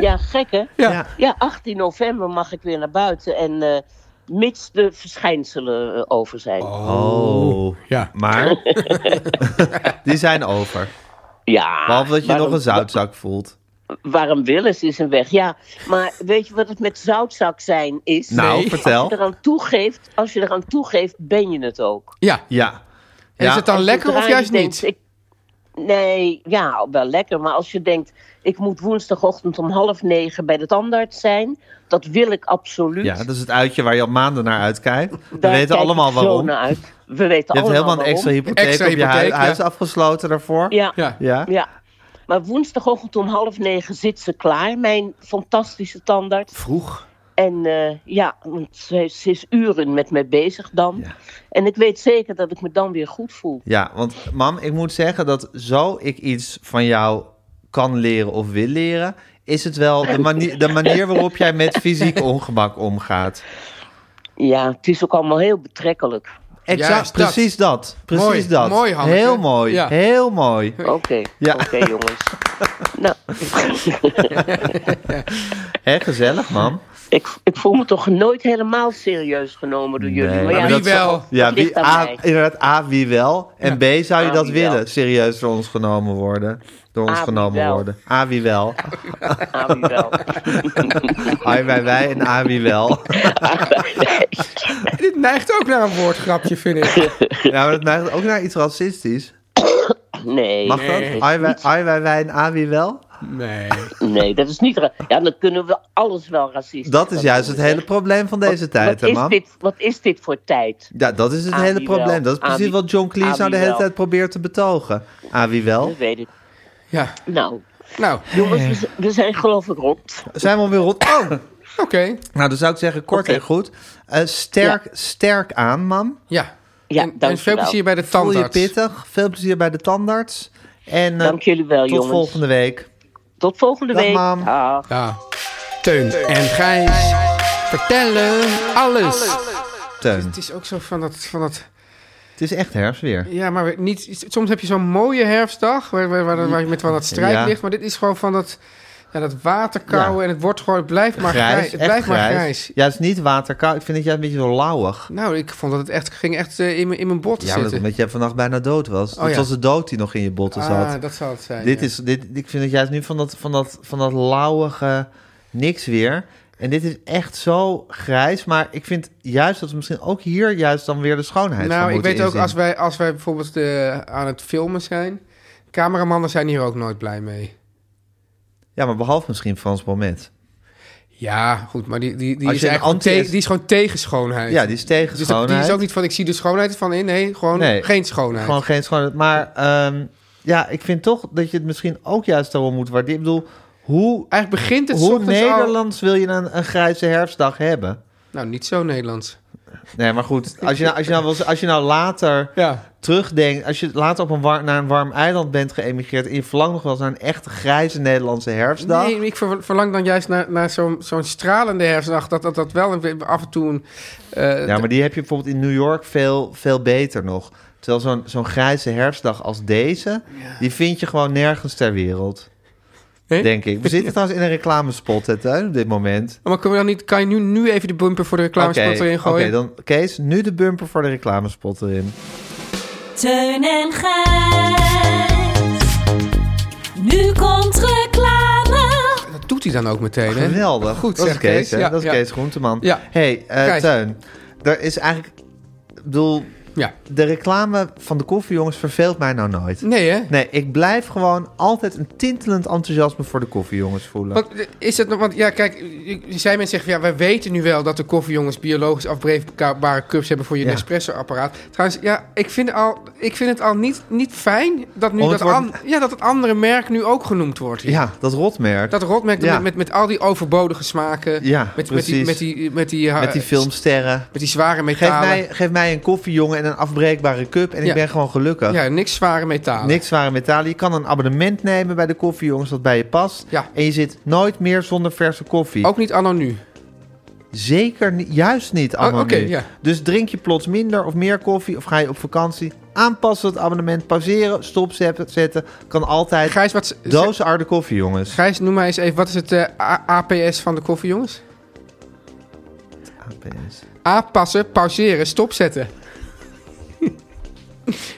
[SPEAKER 6] Ja, gek hè?
[SPEAKER 3] Ja.
[SPEAKER 2] Ja.
[SPEAKER 6] Ja, 18 november mag ik weer naar buiten. En eh, mits de verschijnselen eh, over zijn.
[SPEAKER 2] Oh.
[SPEAKER 3] Ja.
[SPEAKER 2] Maar die zijn over.
[SPEAKER 6] Ja,
[SPEAKER 2] Behalve dat je
[SPEAKER 6] waarom-
[SPEAKER 2] nog een zoutzak voelt.
[SPEAKER 6] Waarom willen ze is een weg? Ja, maar weet je wat het met zoutzak zijn is?
[SPEAKER 2] Nou,
[SPEAKER 3] Nee.
[SPEAKER 2] vertel.
[SPEAKER 6] Als je, eraan toegeeft, als je eraan toegeeft, ben je het ook.
[SPEAKER 3] Ja.
[SPEAKER 2] Ja.
[SPEAKER 3] En
[SPEAKER 2] Ja.
[SPEAKER 3] Is het dan lekker
[SPEAKER 6] Zodra
[SPEAKER 3] of
[SPEAKER 6] je
[SPEAKER 3] juist
[SPEAKER 6] denkt,
[SPEAKER 3] niet?
[SPEAKER 6] ik- nee, ja, wel lekker. Maar als je denkt, ik moet woensdagochtend om half negen bij de tandarts zijn. Dat wil ik absoluut.
[SPEAKER 2] Ja, dat is het uitje waar je al maanden naar uitkijkt. We
[SPEAKER 6] Daar
[SPEAKER 2] weten
[SPEAKER 6] kijk
[SPEAKER 2] allemaal
[SPEAKER 6] ik zo
[SPEAKER 2] waarom.
[SPEAKER 6] naar uit. We weten
[SPEAKER 2] Je hebt
[SPEAKER 6] allemaal
[SPEAKER 2] helemaal een
[SPEAKER 6] waarom.
[SPEAKER 2] extra hypotheek
[SPEAKER 3] Extra
[SPEAKER 2] op je hu-
[SPEAKER 3] hypotheek, ja.
[SPEAKER 2] huis afgesloten daarvoor.
[SPEAKER 6] Ja, ja.
[SPEAKER 3] Ja.
[SPEAKER 2] Ja.
[SPEAKER 6] Maar woensdagochtend om half negen zit ze klaar, mijn fantastische tandarts.
[SPEAKER 3] Vroeg.
[SPEAKER 6] En eh, ja, want ze, is- ze is uren met mij bezig dan.
[SPEAKER 2] Ja.
[SPEAKER 6] En ik weet zeker dat ik me dan weer goed voel.
[SPEAKER 2] Ja, want mam, ik moet zeggen dat zo ik iets van jou kan leren of wil leren, is het wel de manier, de manier waarop jij met fysiek ongemak omgaat.
[SPEAKER 6] Ja, het is ook allemaal heel betrekkelijk.
[SPEAKER 2] Exact,
[SPEAKER 3] Juist dat.
[SPEAKER 2] precies dat. Precies
[SPEAKER 3] Mooi,
[SPEAKER 2] dat.
[SPEAKER 3] mooi, Hanneke.
[SPEAKER 2] Heel mooi,
[SPEAKER 3] Ja.
[SPEAKER 2] heel mooi.
[SPEAKER 6] Oké,
[SPEAKER 2] Ja.
[SPEAKER 6] oké jongens. Nou,
[SPEAKER 2] Hè, gezellig, man.
[SPEAKER 6] ik, ik voel me toch nooit helemaal serieus genomen door jullie.
[SPEAKER 2] Nee,
[SPEAKER 6] maar
[SPEAKER 2] maar
[SPEAKER 6] ja,
[SPEAKER 3] Wie
[SPEAKER 2] dat-
[SPEAKER 3] wel?
[SPEAKER 2] Ja,
[SPEAKER 6] Oh, ligt
[SPEAKER 2] wie,
[SPEAKER 6] aan
[SPEAKER 2] A,
[SPEAKER 6] mij.
[SPEAKER 2] inderdaad, A, wie wel. En B, zou je
[SPEAKER 6] A,
[SPEAKER 2] dat
[SPEAKER 6] wie
[SPEAKER 2] willen?
[SPEAKER 6] wel.
[SPEAKER 2] Serieus door ons genomen worden. Door ons
[SPEAKER 6] A, wie
[SPEAKER 2] genomen
[SPEAKER 6] wel.
[SPEAKER 2] worden. A, wie wel.
[SPEAKER 6] Ah, wie wel.
[SPEAKER 2] Ai, wij, wij en A, wie wel.
[SPEAKER 3] Dit neigt ook naar een woordgrapje, vind ik.
[SPEAKER 2] ja, maar dat neigt ook naar iets racistisch.
[SPEAKER 6] Nee,
[SPEAKER 2] Mag
[SPEAKER 3] Nee.
[SPEAKER 2] dat? Ah. Ai, wij, ai, wij, wij en A, wie wel?
[SPEAKER 3] Nee.
[SPEAKER 6] nee, dat is niet... ra- Ja, dan kunnen we alles wel racistisch
[SPEAKER 2] Dat is
[SPEAKER 6] gaan
[SPEAKER 2] juist
[SPEAKER 6] doen,
[SPEAKER 2] het hele
[SPEAKER 6] hè.
[SPEAKER 2] probleem van deze tijd,
[SPEAKER 6] wat
[SPEAKER 2] hè,
[SPEAKER 6] is,
[SPEAKER 2] man?
[SPEAKER 6] dit, wat is dit voor tijd?
[SPEAKER 2] Ja, dat is het
[SPEAKER 6] A,
[SPEAKER 2] hele
[SPEAKER 6] wie wel.
[SPEAKER 2] probleem. Dat is
[SPEAKER 6] A,
[SPEAKER 2] precies
[SPEAKER 6] wie-
[SPEAKER 2] wat John
[SPEAKER 6] A,
[SPEAKER 2] Cleese
[SPEAKER 6] wie
[SPEAKER 2] nou de hele
[SPEAKER 6] wel.
[SPEAKER 2] tijd probeert te betogen. A, wie wel?
[SPEAKER 6] Dat weet ik.
[SPEAKER 3] Ja,
[SPEAKER 6] Nou,
[SPEAKER 3] nou,
[SPEAKER 6] jongens, we z- we zijn geloof ik rond.
[SPEAKER 2] Zijn we alweer rond? Oh!
[SPEAKER 3] oké.
[SPEAKER 2] Nou, dan zou ik zeggen, kort
[SPEAKER 6] Oké.
[SPEAKER 2] en goed. Eh, sterk, sterk aan, man.
[SPEAKER 3] Ja.
[SPEAKER 6] Ja,
[SPEAKER 3] en, en veel
[SPEAKER 6] dankjewel.
[SPEAKER 3] plezier bij de
[SPEAKER 2] Voel je
[SPEAKER 3] tandarts.
[SPEAKER 2] pittig. Veel plezier bij de tandarts. En eh,
[SPEAKER 6] Dank jullie wel,
[SPEAKER 2] tot
[SPEAKER 6] jongens.
[SPEAKER 2] volgende week.
[SPEAKER 6] Tot volgende
[SPEAKER 2] Dag,
[SPEAKER 6] week.
[SPEAKER 2] mam.
[SPEAKER 6] Dag.
[SPEAKER 3] Ja. Teun en Gijs vertellen alles.
[SPEAKER 2] Teun,
[SPEAKER 3] Het is ook zo van dat, van dat...
[SPEAKER 2] het is echt herfst weer.
[SPEAKER 3] Ja, maar weer niet, soms heb je zo'n mooie herfstdag... waar, waar, waar, waar je met wel dat strijd
[SPEAKER 2] Ja.
[SPEAKER 3] ligt. Maar dit is gewoon van dat, ja, dat waterkouwen...
[SPEAKER 2] Ja.
[SPEAKER 3] en het wordt gewoon... Het blijft maar grijs.
[SPEAKER 2] Grijs,
[SPEAKER 3] het
[SPEAKER 2] echt
[SPEAKER 3] blijft maar
[SPEAKER 2] grijs.
[SPEAKER 3] grijs.
[SPEAKER 2] Ja, het is niet waterkoud. Ik vind het juist een beetje zo lauwig.
[SPEAKER 3] Nou, ik vond dat het echt... ging echt eh, in, mijn- in mijn bot
[SPEAKER 2] Ja, maar dat
[SPEAKER 3] zitten. Oh
[SPEAKER 2] omdat jij vannacht bijna dood was. Het
[SPEAKER 3] ja.
[SPEAKER 2] was de dood die nog in je botten zat.
[SPEAKER 3] ah, dat zal het zijn.
[SPEAKER 2] Dit
[SPEAKER 3] ja.
[SPEAKER 2] is, dit, ik vind het juist nu van dat, van dat, van dat lauwige niks weer. En dit is echt zo grijs. Maar ik vind juist dat we misschien ook hier juist dan weer de schoonheid van
[SPEAKER 3] Nou, ik
[SPEAKER 2] moeten
[SPEAKER 3] weet ook,
[SPEAKER 2] inzien.
[SPEAKER 3] als wij, als wij bijvoorbeeld eh, aan het filmen zijn... cameramannen zijn hier ook nooit blij mee.
[SPEAKER 2] Ja, maar behalve misschien Frans Bomet.
[SPEAKER 3] Ja, goed, maar die, die, die,
[SPEAKER 2] Als
[SPEAKER 3] is,
[SPEAKER 2] je een
[SPEAKER 3] eigenlijk
[SPEAKER 2] anti-
[SPEAKER 3] te- die is gewoon tegen schoonheid.
[SPEAKER 2] Ja, die is tegen
[SPEAKER 3] Dus dat-
[SPEAKER 2] schoonheid.
[SPEAKER 3] die is ook niet van, ik zie de schoonheid van in. Nee, gewoon
[SPEAKER 2] Nee.
[SPEAKER 3] geen schoonheid.
[SPEAKER 2] Gewoon geen schoonheid. Maar ehm, ja, ik vind toch dat je het misschien ook juist daarom moet waarderen. Ik bedoel, hoe,
[SPEAKER 3] Eigenlijk begint het
[SPEAKER 2] hoe
[SPEAKER 3] soms al...
[SPEAKER 2] Nederlands wil je een, een grijze herfstdag hebben?
[SPEAKER 3] Nou, niet zo Nederlands.
[SPEAKER 2] Nee, maar goed. Als je nou, als je nou, wel eens- als je nou later...
[SPEAKER 3] Ja.
[SPEAKER 2] terugdenkt, als je later op een war- naar een warm eiland bent geëmigreerd en je verlangt nog wel eens naar een echt grijze Nederlandse herfstdag.
[SPEAKER 3] Nee, ik ver- verlang dan juist naar, naar zo'n zo'n stralende herfstdag. Dat, dat dat wel een- af en toe... een, eh,
[SPEAKER 2] Ja, maar die heb je bijvoorbeeld in New York veel, veel beter nog. Terwijl zo'n zo'n grijze herfstdag als deze, die vind je gewoon nergens ter wereld.
[SPEAKER 3] Nee?
[SPEAKER 2] Denk ik. We zitten trouwens in een reclamespot, hè, Teun, op dit moment.
[SPEAKER 3] Maar kunnen we dan niet, kan je nu, nu even de bumper voor de reclamespot
[SPEAKER 2] Oké,
[SPEAKER 3] erin gooien?
[SPEAKER 2] Oké, dan Kees, nu de bumper voor de reclamespot erin.
[SPEAKER 5] Teun en Gijs. Nu komt reclame.
[SPEAKER 3] Dat doet hij dan ook meteen, hè?
[SPEAKER 2] Geweldig.
[SPEAKER 3] Goed,
[SPEAKER 2] dat is
[SPEAKER 3] zegt
[SPEAKER 2] Kees,
[SPEAKER 3] Kees.
[SPEAKER 2] hè?
[SPEAKER 3] Ja,
[SPEAKER 2] dat is
[SPEAKER 3] ja.
[SPEAKER 2] Kees Groenteman.
[SPEAKER 3] Ja.
[SPEAKER 2] hey, eh,
[SPEAKER 3] Kijk.
[SPEAKER 2] Teun, er is eigenlijk... Ik bedoel,
[SPEAKER 3] Ja.
[SPEAKER 2] De reclame van de koffiejongens verveelt mij nou nooit.
[SPEAKER 3] Nee, hè?
[SPEAKER 2] Nee, ik blijf gewoon altijd een tintelend enthousiasme voor de koffiejongens voelen.
[SPEAKER 3] Want eh, is het nog, want ja, kijk, zijn mensen zeggen, van, ja, wij weten nu wel dat de koffiejongens biologisch afbreekbare cups hebben voor je
[SPEAKER 2] Ja.
[SPEAKER 3] Nespresso-apparaat. Trouwens, ja, ik vind, al, ik vind het al niet, niet fijn dat nu
[SPEAKER 2] Om
[SPEAKER 3] dat,
[SPEAKER 2] Oh, het wordt-
[SPEAKER 3] an- ja, dat het andere merk nu ook genoemd wordt. hier.
[SPEAKER 2] Ja, dat rotmerk.
[SPEAKER 3] Dat rotmerk
[SPEAKER 2] Ja.
[SPEAKER 3] met, met, met al die overbodige smaken.
[SPEAKER 2] Ja,
[SPEAKER 3] met, met die,
[SPEAKER 2] precies.
[SPEAKER 3] met die, met die, eh,
[SPEAKER 2] Met die filmsterren.
[SPEAKER 3] Met die zware
[SPEAKER 2] Geef
[SPEAKER 3] metalen.
[SPEAKER 2] mij, geef mij een koffiejongen en een afbreekbare cup en
[SPEAKER 3] Ja.
[SPEAKER 2] ik ben gewoon gelukkig.
[SPEAKER 3] Ja, niks zware metalen.
[SPEAKER 2] Niks zware metalen. Je kan een abonnement nemen bij de koffiejongens dat bij je past.
[SPEAKER 3] Ja. Oh.
[SPEAKER 2] En je zit nooit meer zonder verse koffie.
[SPEAKER 3] Ook niet anno nu.
[SPEAKER 2] Zeker niet, juist niet allemaal
[SPEAKER 3] Oh, oké,
[SPEAKER 2] nu.
[SPEAKER 3] ja.
[SPEAKER 2] Dus drink je plots minder of meer koffie of ga je op vakantie... aanpassen het abonnement, pauzeren, stopzetten, zetten. Kan altijd.
[SPEAKER 3] Gijs, wat, z-
[SPEAKER 2] Doos Arde Koffie, jongens.
[SPEAKER 3] Gijs, noem mij eens even, wat is het eh, A- APS van de koffiejongens?
[SPEAKER 2] Ah, APS.
[SPEAKER 3] aanpassen, pauzeren, stopzetten.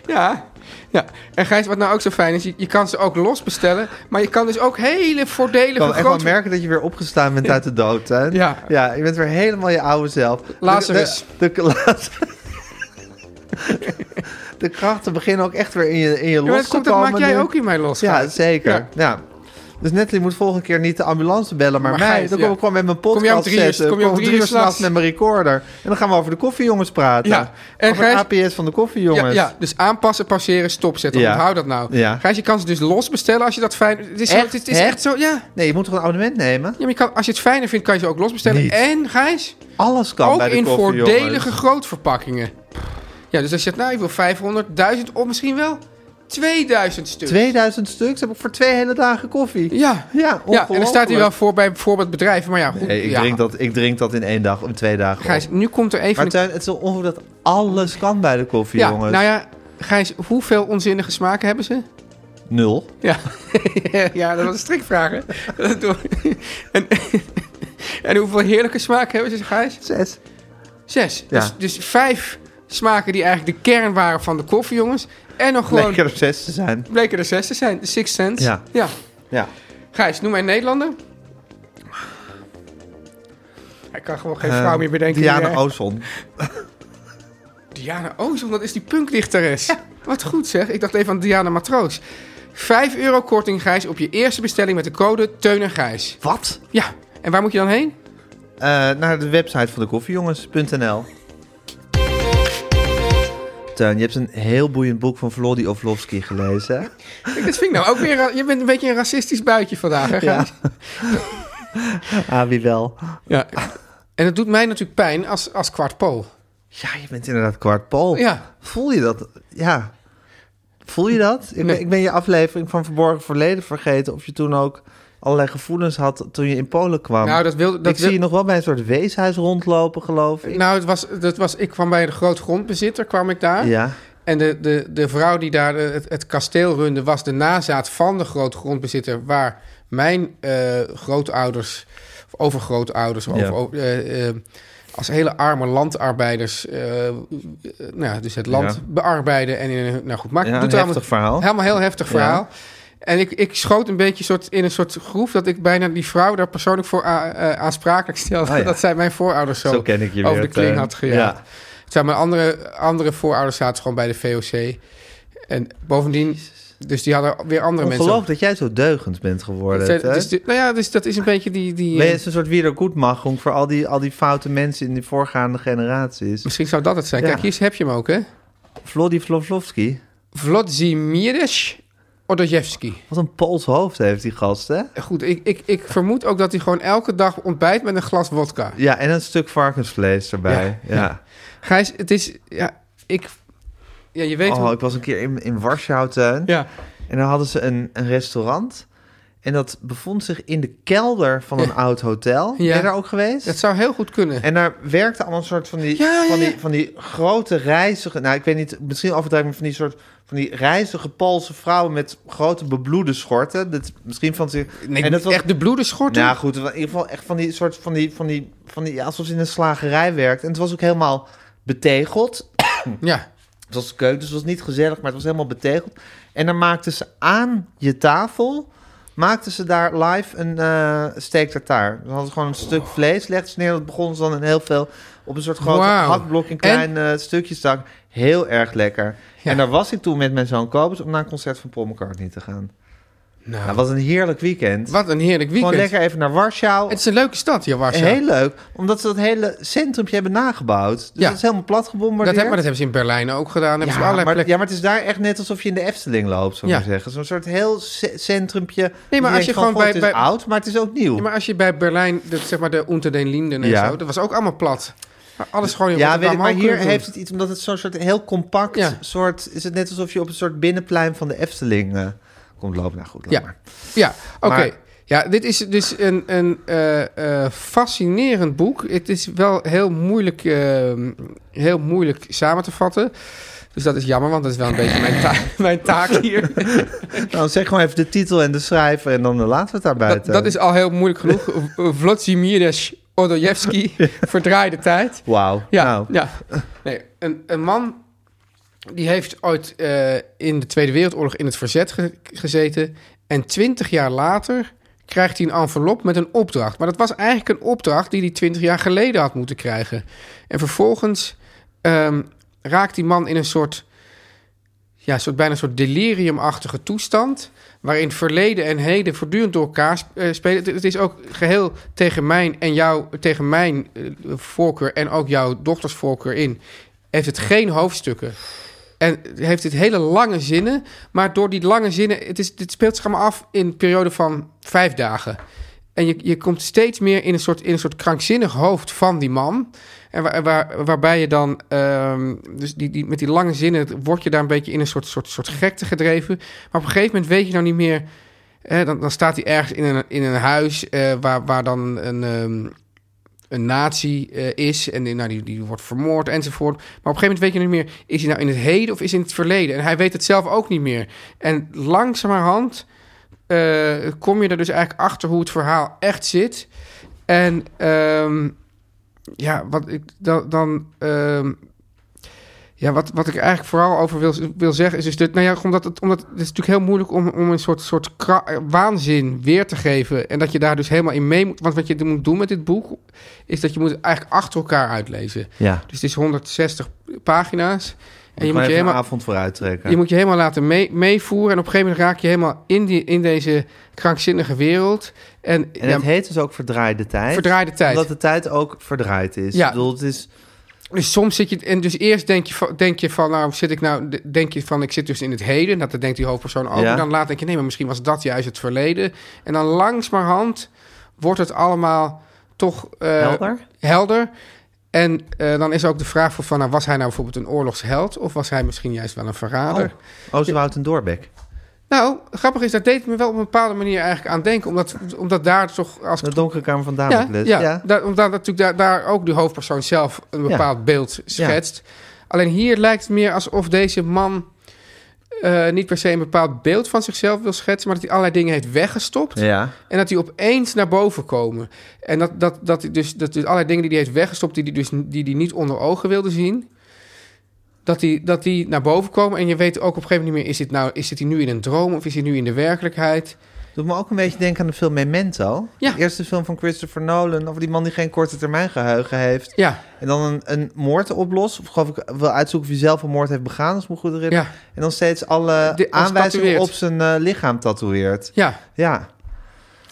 [SPEAKER 3] ja. Ja, en Gijs, wat nou ook zo fijn is, je, je kan ze ook los bestellen, maar je kan dus ook hele
[SPEAKER 2] Ik
[SPEAKER 3] voordelige
[SPEAKER 2] kan echt wel
[SPEAKER 3] grote...
[SPEAKER 2] merken dat je weer opgestaan bent uit de dood, hè?
[SPEAKER 3] Ja.
[SPEAKER 2] Ja, je bent weer helemaal je oude zelf. De-
[SPEAKER 3] Lazarus.
[SPEAKER 2] De, de, Lazarus. de krachten beginnen ook echt weer in je, in je
[SPEAKER 3] Ja, maar
[SPEAKER 2] los
[SPEAKER 3] dat,
[SPEAKER 2] te
[SPEAKER 3] komt,
[SPEAKER 2] komen.
[SPEAKER 3] dat maak jij
[SPEAKER 2] nu.
[SPEAKER 3] ook in mij los.
[SPEAKER 2] Ja,
[SPEAKER 3] Gijs.
[SPEAKER 2] zeker.
[SPEAKER 3] Ja.
[SPEAKER 2] Ja. Dus Natalie moet volgende keer niet de ambulance bellen, maar,
[SPEAKER 3] Maar
[SPEAKER 2] mij.
[SPEAKER 3] Gijs,
[SPEAKER 2] dan
[SPEAKER 3] ja.
[SPEAKER 2] kom ik gewoon met mijn
[SPEAKER 3] je om
[SPEAKER 2] podcast
[SPEAKER 3] drie uur-
[SPEAKER 2] zetten.
[SPEAKER 3] kom je om drie uur 's nachts.
[SPEAKER 2] met mijn recorder. En dan gaan we over de koffiejongens praten.
[SPEAKER 3] Ja. En
[SPEAKER 2] En over het
[SPEAKER 3] Gijs-
[SPEAKER 2] APS van de koffiejongens.
[SPEAKER 3] Ja, ja, dus aanpassen, pauzeren, stopzetten.
[SPEAKER 2] Ja.
[SPEAKER 3] Onthoud dat nou.
[SPEAKER 2] Ja.
[SPEAKER 3] Gijs, je kan ze dus los bestellen als je dat fijn... Het is, zo-
[SPEAKER 2] Echt,
[SPEAKER 3] het is
[SPEAKER 2] hè?
[SPEAKER 3] echt zo, ja. ja
[SPEAKER 2] Nee, je moet toch een abonnement nemen?
[SPEAKER 3] maar je kan, als je het fijner vindt, kan je ze ook los bestellen.
[SPEAKER 2] Niet.
[SPEAKER 3] En Gijs,
[SPEAKER 2] Alles kan
[SPEAKER 3] ook
[SPEAKER 2] bij de
[SPEAKER 3] in
[SPEAKER 2] koffiejongens.
[SPEAKER 3] voordelige grootverpakkingen. Ja, dus als je zegt, nou, ik wil 500, 1000 of misschien wel 2000 stuks.
[SPEAKER 2] 2000 stuks heb ik voor twee hele dagen koffie.
[SPEAKER 3] Ja,
[SPEAKER 2] Ja,
[SPEAKER 3] ja en er staat hier wel voor bij bijvoorbeeld bedrijven, maar ja, goed.
[SPEAKER 2] Nee, ik,
[SPEAKER 3] ja.
[SPEAKER 2] drink dat, ik drink dat in één dag, in twee dagen. op.
[SPEAKER 3] Gijs, nu komt er even...
[SPEAKER 2] maar
[SPEAKER 3] een-
[SPEAKER 2] Tuin, het is wel ongeveer dat alles kan bij de koffie,
[SPEAKER 3] ja,
[SPEAKER 2] jongens.
[SPEAKER 3] nou ja, Gijs, hoeveel onzinnige smaken hebben ze?
[SPEAKER 2] Nul.
[SPEAKER 3] Ja, ja dat was een strikvraag, hè? Dat doen we. en, en hoeveel heerlijke smaken hebben ze, Gijs?
[SPEAKER 2] Zes.
[SPEAKER 3] Zes.
[SPEAKER 2] Ja.
[SPEAKER 3] Dus, dus vijf smaken die eigenlijk de kern waren van de koffie, jongens. En nog gewoon...
[SPEAKER 2] Lekker op zes te zijn.
[SPEAKER 3] Bleken er zes te zijn. De Six Sense.
[SPEAKER 2] Ja.
[SPEAKER 3] ja.
[SPEAKER 2] Ja.
[SPEAKER 3] Gijs, noem mij een Nederlander. Hij kan gewoon geen vrouw
[SPEAKER 2] Eh,
[SPEAKER 3] meer bedenken. die,
[SPEAKER 2] Diana
[SPEAKER 3] eh,
[SPEAKER 2] Ozon.
[SPEAKER 3] Diana Ozon, dat is die punkdichteres. Wat goed zeg. Ik dacht even aan Diana Matroos. 5 euro korting, Gijs, op je eerste bestelling met de code Teun en Gijs.
[SPEAKER 2] Wat?
[SPEAKER 3] Ja, en waar moet je dan heen?
[SPEAKER 2] Eh, naar de website van de koffiejongens.nl. Teun, je hebt een heel boeiend boek van Vlody Oflovski gelezen. hè?
[SPEAKER 3] Kijk, dat vind ik nou ook weer... ra- Je bent een beetje een racistisch buitje vandaag, hè, Gijs?
[SPEAKER 2] Ah, wie wel.
[SPEAKER 3] Ja. En het doet mij natuurlijk pijn als, als kwart pool.
[SPEAKER 2] Ja, je bent inderdaad kwart Pool.
[SPEAKER 3] Ja.
[SPEAKER 2] Voel je dat? Ja. Voel je dat? Ik,
[SPEAKER 3] Nee.
[SPEAKER 2] ben, ik ben je aflevering van Verborgen Verleden vergeten... of je toen ook allerlei gevoelens had toen je in Polen kwam.
[SPEAKER 3] Nou, dat wil- dat
[SPEAKER 2] ik
[SPEAKER 3] wil-
[SPEAKER 2] zie je nog wel bij een soort weeshuis rondlopen, geloof ik.
[SPEAKER 3] Nou, het was, dat was, ik kwam bij de grootgrondbezitter, kwam ik daar.
[SPEAKER 2] Ja.
[SPEAKER 3] En de, de, de vrouw die daar eh, het, het kasteel runde, was de nazaat van de grootgrondbezitter. Waar mijn eh, grootouders, of overgrootouders, of
[SPEAKER 2] Ja.
[SPEAKER 3] over- eh, eh, als hele arme landarbeiders. eh, eh, nou, ja, dus het land
[SPEAKER 2] Ja.
[SPEAKER 3] bearbeiden. En in, een- nou goed, maakt
[SPEAKER 2] Ja,
[SPEAKER 3] doet
[SPEAKER 2] een
[SPEAKER 3] allemaal-
[SPEAKER 2] heftig verhaal.
[SPEAKER 3] Helemaal heel heftig
[SPEAKER 2] Ja.
[SPEAKER 3] verhaal. En ik, ik schoot een beetje soort, in een soort groef dat ik bijna die vrouw daar persoonlijk voor a- eh, aansprakelijk stelde.
[SPEAKER 2] Ah, ja.
[SPEAKER 3] Dat zij mijn voorouders zo,
[SPEAKER 2] Zo ken ik je
[SPEAKER 3] over
[SPEAKER 2] weer,
[SPEAKER 3] de kling
[SPEAKER 2] Teun.
[SPEAKER 3] had gejaagd.
[SPEAKER 2] Ja.
[SPEAKER 3] Terwijl mijn andere, andere voorouders zaten gewoon bij de VOC. En bovendien, dus die hadden weer andere mensen.
[SPEAKER 2] Ongelooflijk dat jij zo deugend bent geworden.
[SPEAKER 3] Zij-
[SPEAKER 2] Teun.
[SPEAKER 3] dus, die- nou ja, dus dat is een beetje die... die
[SPEAKER 2] Ben je
[SPEAKER 3] eh,
[SPEAKER 2] eens een soort wiedergoedmachung voor al die, al die foute mensen in de voorgaande generaties?
[SPEAKER 3] misschien zou dat het zijn.
[SPEAKER 2] Ja.
[SPEAKER 3] Kijk, hier heb je hem ook, hè.
[SPEAKER 2] Vlody Vlovlovski.
[SPEAKER 3] Vlodzimirisch Odojewski.
[SPEAKER 2] Wat een Pools hoofd heeft die gast, hè?
[SPEAKER 3] Goed, ik, ik, ik vermoed ook dat hij gewoon elke dag ontbijt met een glas wodka.
[SPEAKER 2] Ja, en een stuk varkensvlees erbij. Ja.
[SPEAKER 3] Gijs, het is... Ja, ik... Ja, je weet
[SPEAKER 2] Oh,
[SPEAKER 3] hoe...
[SPEAKER 2] ik was een keer in, in Warschau, Teun.
[SPEAKER 3] Ja,
[SPEAKER 2] En daar hadden ze een, een restaurant. En dat bevond zich in de kelder van een
[SPEAKER 3] Ja.
[SPEAKER 2] oud hotel. Ben
[SPEAKER 3] Ja.
[SPEAKER 2] je daar ook geweest?
[SPEAKER 3] dat zou heel goed kunnen.
[SPEAKER 2] En daar werkte allemaal een soort van die,
[SPEAKER 3] Ja, ja,
[SPEAKER 2] van
[SPEAKER 3] ja.
[SPEAKER 2] die, van die grote reizige... Nou, ik weet niet, misschien overdrijf ik, maar van die soort... van die reizige Poolse vrouwen met grote bebloede schorten. Dat, misschien van zich...
[SPEAKER 3] Nee,
[SPEAKER 2] en dat was-
[SPEAKER 3] echt de bloederschorten.
[SPEAKER 2] Nou goed, in ieder geval echt van die soort van die... Van die, van die ja, alsof ze in een slagerij werkt. En het was ook helemaal betegeld.
[SPEAKER 3] Ja.
[SPEAKER 2] Het was keuken, dus het was niet gezellig, maar het was helemaal betegeld. En dan maakten ze aan je tafel... maakten ze daar live een eh steak tartaar. Dan hadden ze gewoon een stuk vlees, legden ze neer... dat begonnen ze dan in heel veel... op een soort grote
[SPEAKER 3] Wauw.
[SPEAKER 2] hakblok in kleine eh, stukjes te hakken. Heel erg lekker.
[SPEAKER 3] Ja.
[SPEAKER 2] En daar was ik toen met mijn zoon Kobus... om naar een concert van Paul McCartney te gaan.
[SPEAKER 3] Nou,
[SPEAKER 2] Nou, was een heerlijk weekend.
[SPEAKER 3] wat een heerlijk weekend.
[SPEAKER 2] Gewoon lekker even naar Warschau.
[SPEAKER 3] Het is een leuke stad hier, Warschau.
[SPEAKER 2] Heel leuk, omdat ze dat hele centrum hebben nagebouwd. Dus
[SPEAKER 3] Ja.
[SPEAKER 2] dat is helemaal plat
[SPEAKER 3] Dat,
[SPEAKER 2] gebombardeerd.
[SPEAKER 3] heb, maar dat hebben ze in Berlijn ook gedaan. Hebben ze op
[SPEAKER 2] ja,
[SPEAKER 3] allerlei
[SPEAKER 2] maar,
[SPEAKER 3] plekken.
[SPEAKER 2] ja, maar het is daar echt net alsof je in de Efteling loopt, zou ik
[SPEAKER 3] Ja.
[SPEAKER 2] maar zeggen. Zo'n soort heel ce- centrumpje.
[SPEAKER 3] Nee, maar
[SPEAKER 2] Je
[SPEAKER 3] als je
[SPEAKER 2] denkt van,
[SPEAKER 3] gewoon
[SPEAKER 2] "God,
[SPEAKER 3] bij-
[SPEAKER 2] Het is
[SPEAKER 3] bij-
[SPEAKER 2] oud, maar het is ook nieuw.
[SPEAKER 3] Ja, maar als je bij Berlijn, dat, zeg maar de Unter den Linden en
[SPEAKER 2] Ja.
[SPEAKER 3] zo, dat was ook allemaal plat. Maar alles gewoon in
[SPEAKER 2] Ja, weet
[SPEAKER 3] Rotterdam
[SPEAKER 2] ik, maar
[SPEAKER 3] ook
[SPEAKER 2] hier
[SPEAKER 3] kunnen
[SPEAKER 2] heeft
[SPEAKER 3] doen.
[SPEAKER 2] het iets, omdat het zo'n soort heel compact
[SPEAKER 3] Ja.
[SPEAKER 2] soort... Is het net alsof je op een soort binnenplein van de Efteling eh, komt lopen. Nou goed, laat
[SPEAKER 3] Ja,
[SPEAKER 2] maar.
[SPEAKER 3] ja oké.
[SPEAKER 2] Maar-
[SPEAKER 3] Ja, dit is dus een, een eh, eh, fascinerend boek. Het is wel heel moeilijk, eh, heel moeilijk samen te vatten. Dus dat is jammer, want dat is wel een beetje mijn, ta- mijn taak hier.
[SPEAKER 2] Nou, zeg gewoon even de titel en de schrijver en dan eh, laten we het daarbij.
[SPEAKER 3] Dat, dat is al heel moeilijk genoeg. Vlodzimir Odojewski, verdraaide tijd.
[SPEAKER 2] Wauw.
[SPEAKER 3] Ja,
[SPEAKER 2] nou,
[SPEAKER 3] ja. Nee, een, een man die heeft ooit eh, in de Tweede Wereldoorlog in het verzet ge- gezeten. En twintig jaar later krijgt hij een envelop met een opdracht. Maar dat was eigenlijk een opdracht die hij twintig jaar geleden had moeten krijgen. En vervolgens ehm, raakt die man in een soort, ja, soort bijna een soort deliriumachtige toestand. Waarin verleden en heden voortdurend door elkaar sp- eh, spelen. Het- Het is ook geheel tegen mijn en jouw, tegen mijn eh, voorkeur en ook jouw dochters voorkeur in. Heeft het geen hoofdstukken. En heeft dit hele lange zinnen. Maar door die lange zinnen. Het, is, dit speelt zich allemaal af in een periode van vijf dagen. En je, je komt steeds meer in een, soort, in een soort krankzinnig hoofd van die man. En waar, waar, waarbij je dan. ehm, dus die, die, met die lange zinnen. word je daar een beetje in een soort, soort, soort gekte gedreven. Maar op een gegeven moment weet je nou niet meer. Hè, dan, dan staat hij ergens in een, in een huis. eh, waar, waar dan een. ehm, een nazi eh, is en die, nou, die, die wordt vermoord enzovoort. Maar op een gegeven moment weet je niet meer, is hij nou in het heden of is hij in het verleden? En hij weet het zelf ook niet meer. En langzamerhand eh, kom je er dus eigenlijk achter hoe het verhaal echt zit. En ehm, ja, wat ik dan. dan ehm, ja, wat, wat ik eigenlijk vooral over wil, wil zeggen is, is dit, nou ja, omdat het, omdat het is natuurlijk heel moeilijk om, om een soort, soort kra- eh, waanzin weer te geven. En dat je daar dus helemaal in mee moet. Want wat je moet doen met dit boek, is dat je moet het eigenlijk achter elkaar uitlezen.
[SPEAKER 2] Ja.
[SPEAKER 3] Dus het is 160 pagina's. En je moet je
[SPEAKER 2] even
[SPEAKER 3] helemaal
[SPEAKER 2] een avond vooruit trekken.
[SPEAKER 3] je moet je helemaal laten mee- meevoeren. En op een gegeven moment raak je helemaal in, die, in deze krankzinnige wereld. En,
[SPEAKER 2] En
[SPEAKER 3] ja,
[SPEAKER 2] het heet dus ook verdraaide tijd.
[SPEAKER 3] Verdraaide tijd.
[SPEAKER 2] Omdat de tijd ook verdraaid is.
[SPEAKER 3] Ja.
[SPEAKER 2] Ik bedoel, het is...
[SPEAKER 3] dus soms zit je. En dus eerst denk je van, denk je van nou, zit ik nou. Denk je van, ik zit dus in het heden. Dat denkt die hoofdpersoon ook.
[SPEAKER 2] Ja.
[SPEAKER 3] En dan laat denk je, nee, maar misschien was dat juist het verleden. En dan langzamerhand wordt het allemaal toch. eh,
[SPEAKER 2] Helder?
[SPEAKER 3] helder. En eh, dan is ook de vraag van, van nou, was hij nou bijvoorbeeld een oorlogsheld? Of was hij misschien juist wel een verrader?
[SPEAKER 2] Oh, Oosterwoud en Doorbeek.
[SPEAKER 3] Nou, grappig is, dat deed me wel op een bepaalde manier eigenlijk aan denken. Omdat, omdat daar toch als...
[SPEAKER 2] De donkere kamer van
[SPEAKER 3] ja,
[SPEAKER 2] Damocles.
[SPEAKER 3] ja, Daar, omdat natuurlijk daar, daar ook de hoofdpersoon zelf een bepaald beeld schetst. Alleen hier lijkt het meer alsof deze man eh, niet per se een bepaald beeld van zichzelf wil schetsen... maar dat hij allerlei dingen heeft weggestopt.
[SPEAKER 2] Ja.
[SPEAKER 3] En dat die opeens naar boven komen. En dat, dat, dat, hij dus, dat dus allerlei dingen die hij heeft weggestopt, die hij dus die die niet onder ogen wilde zien. Dat die, dat die naar boven komen. En je weet ook op een gegeven moment niet meer: is dit nou, is dit hij nu in een droom of is hij nu in de werkelijkheid?
[SPEAKER 2] Doet me ook een beetje denken aan de film Memento.
[SPEAKER 3] Ja.
[SPEAKER 2] De eerste film van Christopher Nolan. Over die man die geen korte termijn geheugen heeft.
[SPEAKER 3] Ja,
[SPEAKER 2] En dan een, een moord oplost. Of geloof ik wil uitzoeken wie zelf een moord heeft begaan. Als ik me goed herinner.
[SPEAKER 3] Ja.
[SPEAKER 2] En dan steeds alle
[SPEAKER 3] De- als
[SPEAKER 2] aanwijzingen
[SPEAKER 3] tatoeëert.
[SPEAKER 2] op zijn eh, lichaam tatoeëert.
[SPEAKER 3] ja.
[SPEAKER 2] Ja.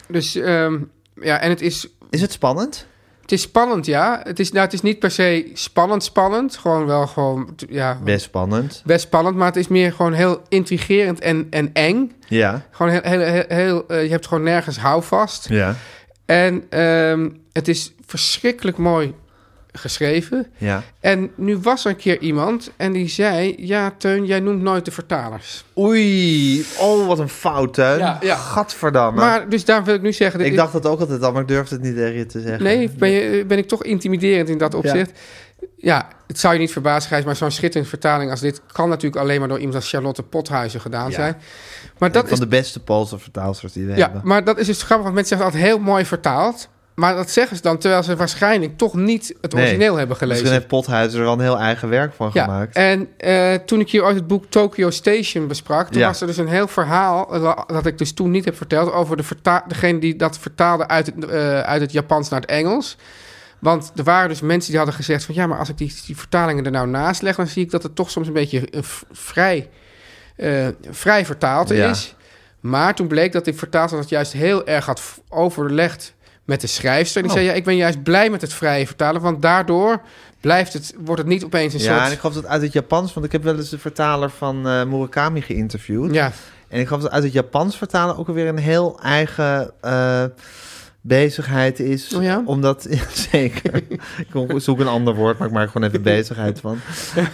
[SPEAKER 3] Dus ehm, ja, en het is,
[SPEAKER 2] Is het spannend?
[SPEAKER 3] het is spannend, ja. Het is, nou, het is niet per se spannend, spannend. Gewoon wel gewoon, ja,
[SPEAKER 2] Best spannend.
[SPEAKER 3] best spannend. Maar het is meer gewoon heel intrigerend en, en eng.
[SPEAKER 2] Ja.
[SPEAKER 3] Gewoon heel, heel, heel, heel, eh, je hebt gewoon nergens houvast.
[SPEAKER 2] Ja.
[SPEAKER 3] En ehm, het is verschrikkelijk mooi geschreven.
[SPEAKER 2] Ja.
[SPEAKER 3] En nu was er een keer iemand en die zei... Ja, Teun, jij noemt nooit de vertalers.
[SPEAKER 2] Oei. Oh, wat een fout, hè?
[SPEAKER 3] Ja, ja.
[SPEAKER 2] Gadverdamme.
[SPEAKER 3] Maar dus daar wil ik nu zeggen... dat
[SPEAKER 2] ik dacht dat ook altijd al, maar ik durfde het niet tegen je te zeggen.
[SPEAKER 3] Nee, ben, je, ben ik toch intimiderend in dat opzicht. Ja, het zou je niet verbazen, Gijs... maar zo'n schitterende vertaling als dit... kan natuurlijk alleen maar door iemand als Charlotte Pothuizen gedaan
[SPEAKER 2] Ja.
[SPEAKER 3] zijn. Maar dat
[SPEAKER 2] Van
[SPEAKER 3] is
[SPEAKER 2] de beste Poolse vertaalsters die we
[SPEAKER 3] Ja,
[SPEAKER 2] hebben.
[SPEAKER 3] maar dat is dus grappig, want mensen zeggen altijd heel mooi vertaald. Maar dat zeggen ze dan terwijl ze waarschijnlijk toch niet het
[SPEAKER 2] Nee.
[SPEAKER 3] origineel hebben gelezen.
[SPEAKER 2] Misschien heeft Pothuizen er wel een heel eigen werk van
[SPEAKER 3] Ja,
[SPEAKER 2] gemaakt.
[SPEAKER 3] en eh, toen ik hier ooit het boek Tokyo Station besprak... toen
[SPEAKER 2] Ja.
[SPEAKER 3] was er dus een heel verhaal, eh, la- dat ik dus toen niet heb verteld... over de verta- degene die dat vertaalde uit het, eh, uit het Japans naar het Engels. Want er waren dus mensen die hadden gezegd van... ja, maar als ik die, die vertalingen er nou naast leg... dan zie ik dat het toch soms een beetje eh, v- vrij, eh, vrij vertaald
[SPEAKER 2] Ja.
[SPEAKER 3] is. Maar toen bleek dat die vertaalster dat juist heel erg had v- overlegd... Met de schrijfster. En die
[SPEAKER 2] Oh.
[SPEAKER 3] zei: ja, Ik ben juist blij met het vrije vertalen. Want daardoor blijft het, wordt het niet opeens een
[SPEAKER 2] Ja,
[SPEAKER 3] soort.
[SPEAKER 2] en ik geloof dat uit het Japans, want ik heb wel eens de vertaler van eh, Murakami geïnterviewd.
[SPEAKER 3] Ja,
[SPEAKER 2] En ik geloof dat uit het Japans vertalen ook alweer een heel eigen eh, bezigheid is.
[SPEAKER 3] Oh ja?
[SPEAKER 2] Omdat, ja, zeker, ik kon- zoek een ander woord, maar ik maak er gewoon even bezigheid van.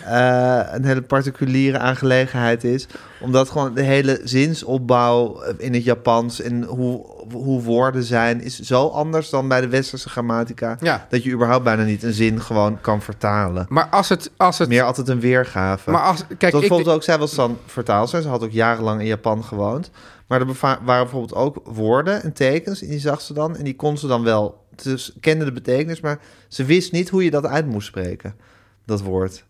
[SPEAKER 2] Eh, een hele particuliere aangelegenheid is. Omdat gewoon de hele zinsopbouw eh, in het Japans en hoe, hoe woorden zijn, is zo anders dan bij de westerse grammatica.
[SPEAKER 3] Ja.
[SPEAKER 2] Dat je überhaupt bijna niet een zin gewoon kan vertalen.
[SPEAKER 3] maar als het. Als het
[SPEAKER 2] Meer altijd een weergave.
[SPEAKER 3] maar als, kijk,
[SPEAKER 2] Dat
[SPEAKER 3] ik,
[SPEAKER 2] bijvoorbeeld ook, zij was dan vertaalster. Ze had ook jarenlang in Japan gewoond. Maar er beva- waren bijvoorbeeld ook woorden en tekens. En die zag ze dan. En die kon ze dan wel. Ze kende de betekenis, maar ze wist niet hoe je dat uit moest spreken. Dat woord.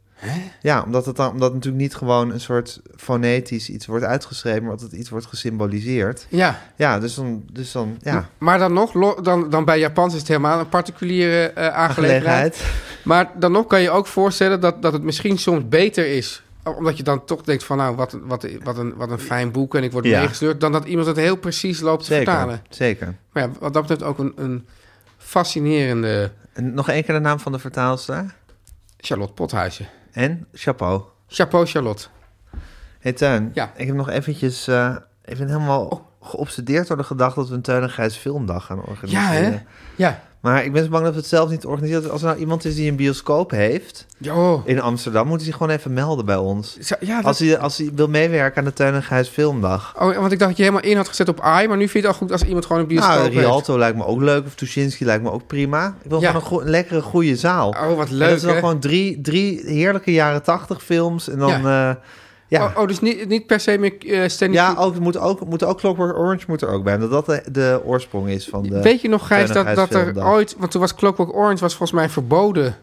[SPEAKER 2] Ja, omdat het dan, omdat het natuurlijk niet gewoon een soort fonetisch iets wordt uitgeschreven, maar dat het iets wordt gesymboliseerd.
[SPEAKER 3] ja,
[SPEAKER 2] Ja, dus dan, dus dan ja,
[SPEAKER 3] maar dan nog, lo- dan, dan bij Japans is het helemaal een particuliere eh, aangelegenheid.
[SPEAKER 2] gelegenheid.
[SPEAKER 3] Maar dan nog kan je ook voorstellen dat, dat het misschien soms beter is omdat je dan toch denkt van nou, wat, een- wat, een- wat, een, wat een fijn boek en ik word
[SPEAKER 2] Ja.
[SPEAKER 3] meegesleurd... dan dat iemand het heel precies loopt te
[SPEAKER 2] Zeker,
[SPEAKER 3] vertalen.
[SPEAKER 2] zeker.
[SPEAKER 3] Maar ja, wat dat betreft ook een, een fascinerende
[SPEAKER 2] En nog één keer de naam van de vertaalster.
[SPEAKER 3] Charlotte Pothuizen.
[SPEAKER 2] En chapeau.
[SPEAKER 3] Chapeau Charlotte.
[SPEAKER 2] Hey Teun,
[SPEAKER 3] Ja. Oh.
[SPEAKER 2] ik heb nog eventjes... eh, ik ben helemaal geobsedeerd door de gedachte dat we een Teun en Gijs filmdag gaan organiseren.
[SPEAKER 3] Ja, hè? Ja.
[SPEAKER 2] Maar ik ben zo bang dat we het zelf niet organiseren. Als er nou iemand is die een bioscoop heeft
[SPEAKER 3] Jo.
[SPEAKER 2] in Amsterdam, moet hij zich gewoon even melden bij ons.
[SPEAKER 3] oh. Zo- Ja, dat-
[SPEAKER 2] Als hij, als hij wil meewerken aan de Tuin en Gijs Filmdag.
[SPEAKER 3] oh, want ik dacht dat je helemaal in had gezet op AI, maar nu vind je het al goed als iemand gewoon een bioscoop
[SPEAKER 2] Nou,
[SPEAKER 3] heeft.
[SPEAKER 2] Rialto lijkt me ook leuk. Of Tuschinski lijkt me ook prima. Ik wil
[SPEAKER 3] Ja.
[SPEAKER 2] gewoon een, goe- een lekkere, goede zaal.
[SPEAKER 3] Oh, wat
[SPEAKER 2] En
[SPEAKER 3] leuk,
[SPEAKER 2] dat is dan
[SPEAKER 3] hè?
[SPEAKER 2] gewoon drie, drie heerlijke jaren tachtig films. En dan... Ja, ja.
[SPEAKER 3] Oh, oh, dus niet, niet per se meer eh Stanley
[SPEAKER 2] ja
[SPEAKER 3] Kubrick.
[SPEAKER 2] ook, moet ook, moet ook Clockwork Orange moet er ook bij. Omdat dat de, de oorsprong is van de...
[SPEAKER 3] Weet je nog, Gijs,
[SPEAKER 2] Tuin en
[SPEAKER 3] dat, dat er
[SPEAKER 2] Filmdag.
[SPEAKER 3] ooit... Want toen was Clockwork Orange was volgens mij verboden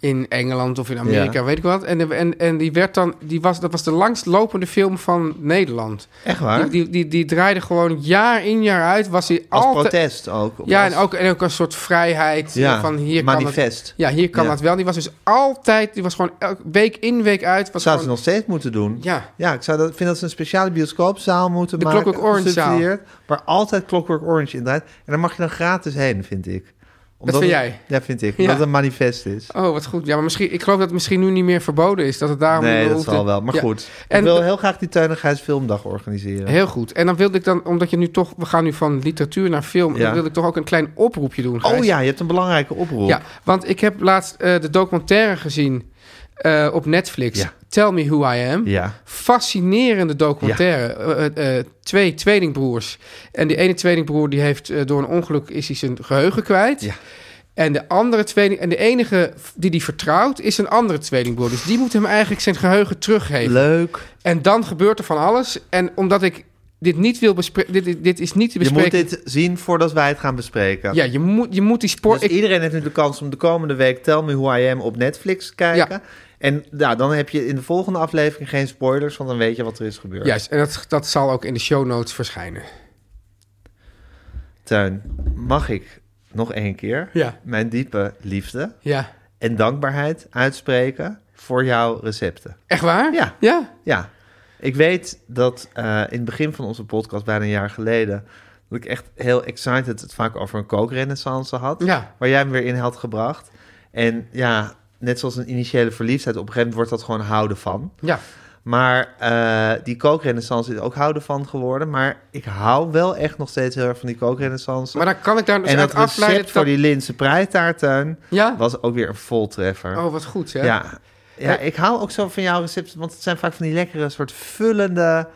[SPEAKER 3] in Engeland of in Amerika,
[SPEAKER 2] Ja.
[SPEAKER 3] weet ik wat. En, en, en die werd dan... Die was, dat was de langstlopende film van Nederland.
[SPEAKER 2] Echt waar?
[SPEAKER 3] Die, die, die, die draaide gewoon jaar in jaar uit. Was hij
[SPEAKER 2] als
[SPEAKER 3] altijd...
[SPEAKER 2] protest ook. of
[SPEAKER 3] Ja,
[SPEAKER 2] als-
[SPEAKER 3] en ook, en ook een soort vrijheid
[SPEAKER 2] Ja,
[SPEAKER 3] van hier kan het...
[SPEAKER 2] manifest.
[SPEAKER 3] Ja, hier kan
[SPEAKER 2] Ja.
[SPEAKER 3] dat wel. Die was dus altijd... Die was gewoon elke week in, week uit. Was
[SPEAKER 2] Zou ze
[SPEAKER 3] gewoon-
[SPEAKER 2] nog steeds moeten doen.
[SPEAKER 3] Ja.
[SPEAKER 2] Ja, ik zou dat, vind dat ze een speciale bioscoopzaal moeten
[SPEAKER 3] De
[SPEAKER 2] maken.
[SPEAKER 3] Clockwork Orange zaal.
[SPEAKER 2] gesubsidieerd, Waar altijd Clockwork Orange in draait. En daar mag je dan gratis heen, vind ik. Omdat
[SPEAKER 3] vind
[SPEAKER 2] het-
[SPEAKER 3] jij?
[SPEAKER 2] Ja, vind ik.
[SPEAKER 3] Ja.
[SPEAKER 2] Omdat het een manifest is.
[SPEAKER 3] Oh, wat goed. Ja, maar misschien, ik geloof dat het misschien nu niet meer verboden is. Dat het daarom niet
[SPEAKER 2] nee,
[SPEAKER 3] meer
[SPEAKER 2] dat
[SPEAKER 3] hoeft.
[SPEAKER 2] zal wel. Maar
[SPEAKER 3] Ja.
[SPEAKER 2] goed.
[SPEAKER 3] En-
[SPEAKER 2] ik wil heel graag die Tuinigheids Filmdag organiseren.
[SPEAKER 3] Heel goed. En dan wilde ik dan, omdat je nu toch, we gaan nu van literatuur naar film,
[SPEAKER 2] Ja.
[SPEAKER 3] dan wilde ik toch ook een klein oproepje doen.
[SPEAKER 2] oh
[SPEAKER 3] Gijs.
[SPEAKER 2] ja, je hebt een belangrijke oproep.
[SPEAKER 3] Ja, want ik heb laatst eh, de documentaire gezien eh, op Netflix.
[SPEAKER 2] Ja.
[SPEAKER 3] Tell Me Who I Am.
[SPEAKER 2] Ja.
[SPEAKER 3] Fascinerende documentaire. Eh, eh, eh, twee tweelingbroers. En die ene tweelingbroer die heeft eh, door een ongeluk is hij zijn geheugen kwijt.
[SPEAKER 2] Ja.
[SPEAKER 3] En de andere tweeling, en de enige die die vertrouwt is een andere tweelingbroer. Dus die moet hem eigenlijk zijn geheugen teruggeven.
[SPEAKER 2] Leuk.
[SPEAKER 3] En dan gebeurt er van alles. En omdat ik dit niet wil bespreken, dit, dit, dit is niet te
[SPEAKER 2] Je
[SPEAKER 3] bespreken.
[SPEAKER 2] moet dit zien voordat wij het gaan bespreken.
[SPEAKER 3] Ja, je moet, je moet die sport.
[SPEAKER 2] Dus
[SPEAKER 3] ik-
[SPEAKER 2] iedereen heeft nu de kans om de komende week Tell Me Who I Am op Netflix te kijken. En nou, dan heb je in de volgende aflevering geen spoilers, want dan weet je wat er is gebeurd.
[SPEAKER 3] Juist, en dat, dat zal ook in de show notes verschijnen.
[SPEAKER 2] Tuin, mag ik nog één keer
[SPEAKER 3] Ja.
[SPEAKER 2] mijn diepe liefde
[SPEAKER 3] Ja.
[SPEAKER 2] en dankbaarheid uitspreken voor jouw recepten?
[SPEAKER 3] Echt waar?
[SPEAKER 2] Ja.
[SPEAKER 3] Ja.
[SPEAKER 2] Ja, ik weet dat eh, in het begin van onze podcast, bijna een jaar geleden, dat ik echt heel excited het vaak over een kookrenaissance had.
[SPEAKER 3] Ja.
[SPEAKER 2] Waar jij hem weer in had gebracht. En ja, net zoals een initiële verliefdheid, op een gegeven moment wordt dat gewoon houden van.
[SPEAKER 3] Ja.
[SPEAKER 2] Maar eh, die kookrenaissance is ook houden van geworden. Maar ik hou wel echt nog steeds heel erg van die kookrenaissance.
[SPEAKER 3] Maar dan kan ik daar dus
[SPEAKER 2] en
[SPEAKER 3] uit
[SPEAKER 2] dat
[SPEAKER 3] afleiden.
[SPEAKER 2] recept voor die Linse preitaartuin
[SPEAKER 3] Ja.
[SPEAKER 2] was ook weer een voltreffer.
[SPEAKER 3] Oh, wat goed, hè?
[SPEAKER 2] Ja. ja, ik hou ook zo van jouw recepten, want het zijn vaak van die lekkere, soort vullende,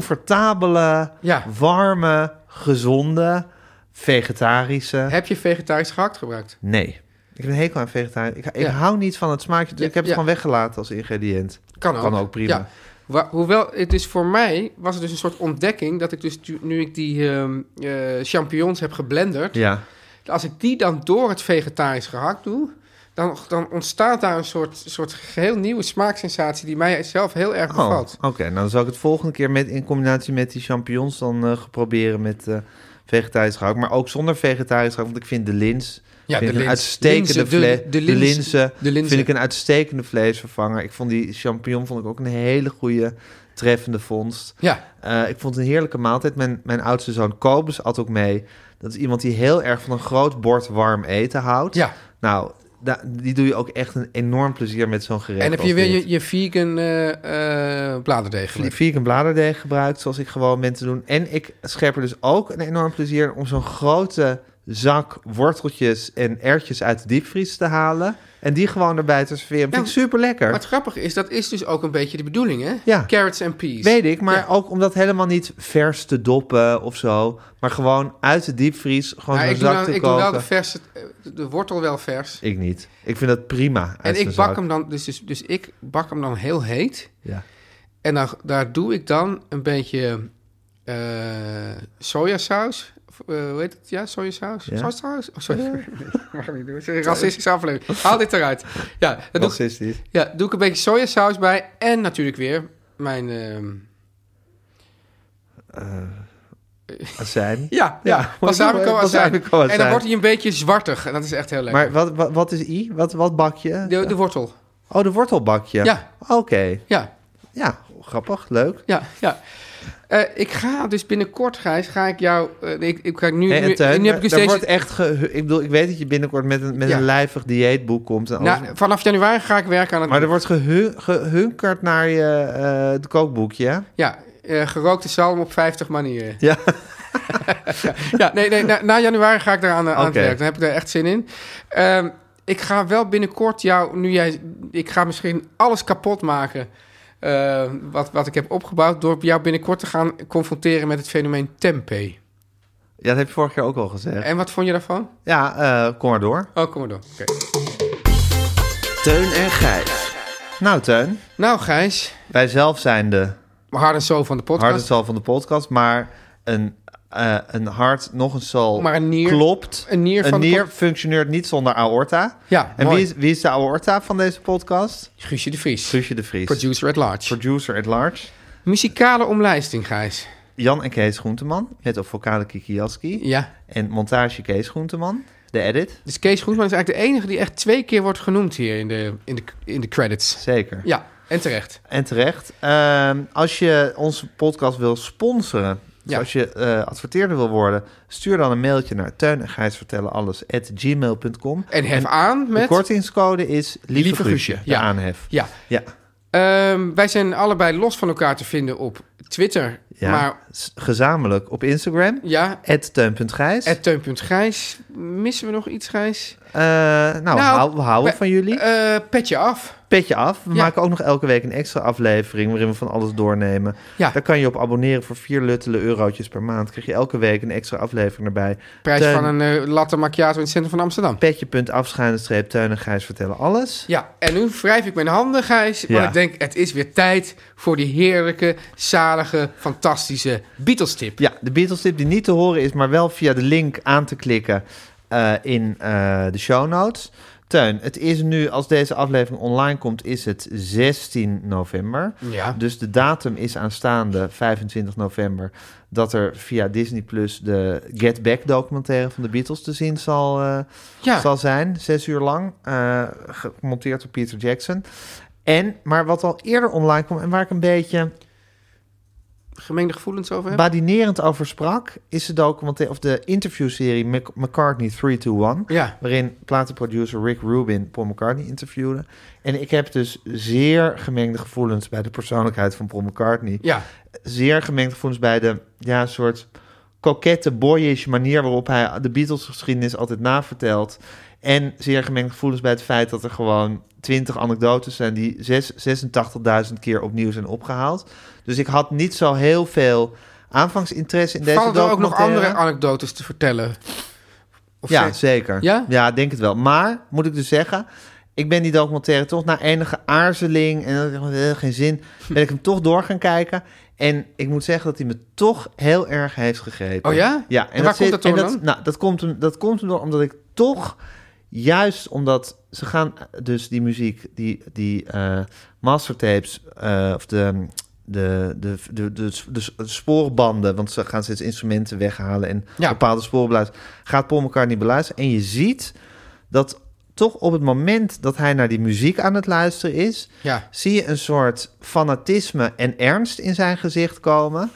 [SPEAKER 2] comfortabele,
[SPEAKER 3] Ja.
[SPEAKER 2] warme, gezonde, vegetarische.
[SPEAKER 3] Heb je vegetarisch gehakt gebruikt?
[SPEAKER 2] Nee, ik ben hekel aan vegetarisch. Ik, ik
[SPEAKER 3] Ja.
[SPEAKER 2] hou niet van het smaakje, dus
[SPEAKER 3] Ja,
[SPEAKER 2] ik heb het
[SPEAKER 3] ja.
[SPEAKER 2] gewoon weggelaten als ingrediënt.
[SPEAKER 3] Kan ook.
[SPEAKER 2] Kan ook prima.
[SPEAKER 3] Ja. Wa- hoewel, het is voor mij was het dus een soort ontdekking dat ik dus tu- nu ik die ehm, eh, champignons heb geblenderd,
[SPEAKER 2] Ja.
[SPEAKER 3] als ik die dan door het vegetarisch gehakt doe, dan, dan ontstaat daar een soort, soort geheel nieuwe smaaksensatie die mij zelf heel erg
[SPEAKER 2] Oh,
[SPEAKER 3] bevalt.
[SPEAKER 2] oké. Nou, dan zal ik het volgende keer met, in combinatie met die champignons dan eh proberen met eh, vegetarisch gehakt. Maar ook zonder vegetarisch gehakt, want ik vind de lins...
[SPEAKER 3] Ja,
[SPEAKER 2] vind
[SPEAKER 3] de
[SPEAKER 2] ik een
[SPEAKER 3] lins.
[SPEAKER 2] uitstekende
[SPEAKER 3] Linzen, de-
[SPEAKER 2] vle-
[SPEAKER 3] de
[SPEAKER 2] de
[SPEAKER 3] lins-
[SPEAKER 2] linzen
[SPEAKER 3] de linzen.
[SPEAKER 2] vind ik een uitstekende vleesvervanger. Ik vond die champignon vond ik ook een hele goede treffende vondst.
[SPEAKER 3] Ja,
[SPEAKER 2] Eh, ik vond het een heerlijke maaltijd. Mijn, mijn oudste zoon Kobus at ook mee. Dat is iemand die heel erg van een groot bord warm eten houdt.
[SPEAKER 3] ja.
[SPEAKER 2] Nou, da- die doe je ook echt een enorm plezier met zo'n gerecht.
[SPEAKER 3] En heb
[SPEAKER 2] als
[SPEAKER 3] je weer
[SPEAKER 2] dit.
[SPEAKER 3] je, je vegan eh, eh, bladerdeeg
[SPEAKER 2] Vlie-
[SPEAKER 3] gemaakt?
[SPEAKER 2] vegan bladerdeeg gebruikt, zoals ik gewoon ben te doen. En ik scherp er dus ook een enorm plezier in om zo'n grote zak worteltjes en ertjes uit de diepvries te halen. En die gewoon erbij te serveren. Vind ik
[SPEAKER 3] Ja,
[SPEAKER 2] super
[SPEAKER 3] Nou, Maar
[SPEAKER 2] lekker.
[SPEAKER 3] het grappige is, dat is dus ook een beetje de bedoeling, hè?
[SPEAKER 2] Ja.
[SPEAKER 3] Carrots and peas.
[SPEAKER 2] Weet ik, maar
[SPEAKER 3] Ja.
[SPEAKER 2] ook om dat helemaal niet vers te doppen of zo. Maar gewoon uit de diepvries gewoon
[SPEAKER 3] Ja,
[SPEAKER 2] zo'n
[SPEAKER 3] ik doe,
[SPEAKER 2] zak
[SPEAKER 3] dan,
[SPEAKER 2] te
[SPEAKER 3] ik doe
[SPEAKER 2] koken.
[SPEAKER 3] wel de verse, eh, de wortel wel vers.
[SPEAKER 2] Ik niet. Ik vind dat prima. uit
[SPEAKER 3] en
[SPEAKER 2] zo'n
[SPEAKER 3] ik bak
[SPEAKER 2] zak.
[SPEAKER 3] hem dan, dus, dus, dus ik bak hem dan heel heet.
[SPEAKER 2] Ja.
[SPEAKER 3] En dan, daar doe ik dan een beetje eh, sojasaus. Of, eh, hoe heet het? Ja, sojasaus.
[SPEAKER 2] Ja.
[SPEAKER 3] Sojasaus? Oh, sorry. Mag ik niet doen. Sorry, racistische aflevering. Haal dit eruit. Ja, dat doe ik,
[SPEAKER 2] Racistisch.
[SPEAKER 3] ja, doe ik een beetje sojasaus bij. En natuurlijk weer mijn... ehm,
[SPEAKER 2] Azijn.
[SPEAKER 3] ja, ja, balsamico azijn.
[SPEAKER 2] Balsamico
[SPEAKER 3] En dan
[SPEAKER 2] azijn.
[SPEAKER 3] wordt hij een beetje zwartig. En dat is echt heel lekker.
[SPEAKER 2] Maar wat, wat, wat is I? Wat, wat bak je?
[SPEAKER 3] de, de wortel.
[SPEAKER 2] Oh, de wortelbakje.
[SPEAKER 3] Ja.
[SPEAKER 2] Oké.
[SPEAKER 3] Ja,
[SPEAKER 2] Ja, grappig, leuk.
[SPEAKER 3] ja, ja. Eh, ik ga dus binnenkort, Gijs, ga ik jou... eh, ik, ik ga nu,
[SPEAKER 2] Hey,
[SPEAKER 3] nu,
[SPEAKER 2] en Teun,
[SPEAKER 3] nu heb
[SPEAKER 2] daar
[SPEAKER 3] ik dus
[SPEAKER 2] eh, daar
[SPEAKER 3] deze...
[SPEAKER 2] wordt echt ge- ik bedoel, ik weet dat je binnenkort met een, met
[SPEAKER 3] Ja.
[SPEAKER 2] een lijvig dieetboek komt. En alles.
[SPEAKER 3] Nou, vanaf januari ga ik werken aan het...
[SPEAKER 2] maar er wordt gehu- gehunkerd naar je eh, het kookboekje. hè?
[SPEAKER 3] Ja, eh, gerookte zalm op 50 manieren.
[SPEAKER 2] Ja.
[SPEAKER 3] ja, nee, nee na, na januari ga ik daar aan, eh, aan het
[SPEAKER 2] Oké.
[SPEAKER 3] werk. Dan heb ik er echt zin in. Ehm, ik ga wel binnenkort jou, nu jij, ik ga misschien alles kapot maken eh, wat, wat ik heb opgebouwd, door jou binnenkort te gaan confronteren met het fenomeen tempeh.
[SPEAKER 2] Ja, dat heb je vorig jaar ook al gezegd.
[SPEAKER 3] En wat vond je daarvan?
[SPEAKER 2] Ja, eh, kom maar door.
[SPEAKER 3] Oh, kom maar door. Oké.
[SPEAKER 2] Teun en Gijs. Nou, Teun,
[SPEAKER 3] Nou, Gijs,
[SPEAKER 2] wij zelf zijn de
[SPEAKER 3] hard en zo van de podcast.
[SPEAKER 2] hart en zal van de podcast, maar een, eh, een hart, nog een zal,
[SPEAKER 3] Maar een nier-
[SPEAKER 2] klopt.
[SPEAKER 3] een nier van de pod-
[SPEAKER 2] functioneert niet zonder aorta.
[SPEAKER 3] Ja,
[SPEAKER 2] En
[SPEAKER 3] mooi.
[SPEAKER 2] wie is, wie is de aorta van deze podcast?
[SPEAKER 3] Guusje de Vries,
[SPEAKER 2] Guusje de Vries.
[SPEAKER 3] producer at large.
[SPEAKER 2] Producer at large.
[SPEAKER 3] Muzikale omlijsting, Gijs.
[SPEAKER 2] Jan en Kees Groenteman, met op vocale Kiki Jaski.
[SPEAKER 3] Ja.
[SPEAKER 2] En montage Kees Groenteman, de edit.
[SPEAKER 3] Dus Kees Groenman is eigenlijk de enige die echt twee keer wordt genoemd hier in de, in de, in de credits.
[SPEAKER 2] Zeker.
[SPEAKER 3] Ja, en terecht.
[SPEAKER 2] En terecht. Ehm, als je onze podcast wil sponsoren, dus
[SPEAKER 3] Ja.
[SPEAKER 2] als je eh, adverteerder wil worden, stuur dan een mailtje naar teun en Gijs vertellen alles at gmail.com.
[SPEAKER 3] En hef aan met...
[SPEAKER 2] De kortingscode is lieve,
[SPEAKER 3] Lieve
[SPEAKER 2] Guusje,
[SPEAKER 3] Guusje,
[SPEAKER 2] de
[SPEAKER 3] ja.
[SPEAKER 2] aanhef.
[SPEAKER 3] Ja.
[SPEAKER 2] Ja,
[SPEAKER 3] Ehm, wij zijn allebei los van elkaar te vinden op Twitter.
[SPEAKER 2] ja.
[SPEAKER 3] Maar
[SPEAKER 2] S- gezamenlijk op Instagram,
[SPEAKER 3] ja,
[SPEAKER 2] at teun.gijs.
[SPEAKER 3] at teun.gijs. Missen we nog iets, Gijs?
[SPEAKER 2] Eh, nou, we hou- we houden
[SPEAKER 3] we-
[SPEAKER 2] van jullie.
[SPEAKER 3] Eh, petje af.
[SPEAKER 2] Petje af. We
[SPEAKER 3] Ja.
[SPEAKER 2] maken ook nog elke week een extra aflevering waarin we van alles doornemen.
[SPEAKER 3] Ja.
[SPEAKER 2] Daar kan je op abonneren voor vier luttele eurotjes per maand. Krijg je elke week een extra aflevering erbij.
[SPEAKER 3] Prijs
[SPEAKER 2] Teun-
[SPEAKER 3] van een eh, latte macchiato in het centrum van Amsterdam.
[SPEAKER 2] Petje.afschuine-streep Teun en Gijs vertellen alles.
[SPEAKER 3] Ja, en nu wrijf ik mijn handen, Gijs. Want
[SPEAKER 2] Ja.
[SPEAKER 3] ik denk, het is weer tijd voor die heerlijke, zalige, fantastische Beatles-tip.
[SPEAKER 2] Ja, de Beatles tip die niet te horen is, maar wel via de link aan te klikken eh, in eh, de show notes. Teun, het is nu, als deze aflevering online komt, is het 16 november.
[SPEAKER 3] Ja.
[SPEAKER 2] Dus de datum is aanstaande 25 november dat er via Disney Plus de Get Back documentaire van de Beatles te zien zal, eh,
[SPEAKER 3] Ja.
[SPEAKER 2] zal zijn. Zes uur lang, eh, gemonteerd door Peter Jackson. En, maar wat al eerder online kwam en waar ik een beetje
[SPEAKER 3] Gemengde gevoelens over hebben?
[SPEAKER 2] badinerend over sprak, is de documentaire of de interviewserie Mc- McCartney 321.
[SPEAKER 3] Ja.
[SPEAKER 2] Waarin platenproducer Rick Rubin Paul McCartney interviewde. En ik heb dus zeer gemengde gevoelens bij de persoonlijkheid van Paul McCartney.
[SPEAKER 3] Ja.
[SPEAKER 2] Zeer gemengde gevoelens bij de ja, soort kokette, boyish manier waarop hij de Beatles geschiedenis altijd navertelt. En zeer gemengde gevoelens bij het feit dat er gewoon 20 anekdotes zijn die zes- 86.000 keer opnieuw zijn opgehaald. Dus ik had niet zo heel veel aanvangsinteresse in deze
[SPEAKER 3] Vallen er ook nog
[SPEAKER 2] documentaire.
[SPEAKER 3] andere anekdotes te vertellen?
[SPEAKER 2] eh,
[SPEAKER 3] Of
[SPEAKER 2] ja,
[SPEAKER 3] zijn-
[SPEAKER 2] zeker.
[SPEAKER 3] Ja?
[SPEAKER 2] denk het wel. Maar, moet ik dus zeggen, ik ben die documentaire toch na enige aarzeling en dat ik dacht, eh, geen zin, ben ik hem toch door gaan kijken. En ik moet zeggen dat hij me toch heel erg heeft gegrepen.
[SPEAKER 3] Oh ja?
[SPEAKER 2] Ja.
[SPEAKER 3] En waar komt dat door
[SPEAKER 2] en
[SPEAKER 3] dan?
[SPEAKER 2] Nou, dat komt, hem, dat komt hem door omdat ik toch, juist omdat ze gaan dus die muziek, die, die eh, mastertapes, eh, of de... De, de, de, de, de, de spoorbanden, want ze gaan steeds instrumenten weghalen en
[SPEAKER 3] Ja.
[SPEAKER 2] bepaalde sporen beluisteren. Gaat Paul McCartney beluisteren. En je ziet dat toch op het moment dat hij naar die muziek aan het luisteren is...
[SPEAKER 3] Ja.
[SPEAKER 2] zie je een soort fanatisme en ernst in zijn gezicht komen...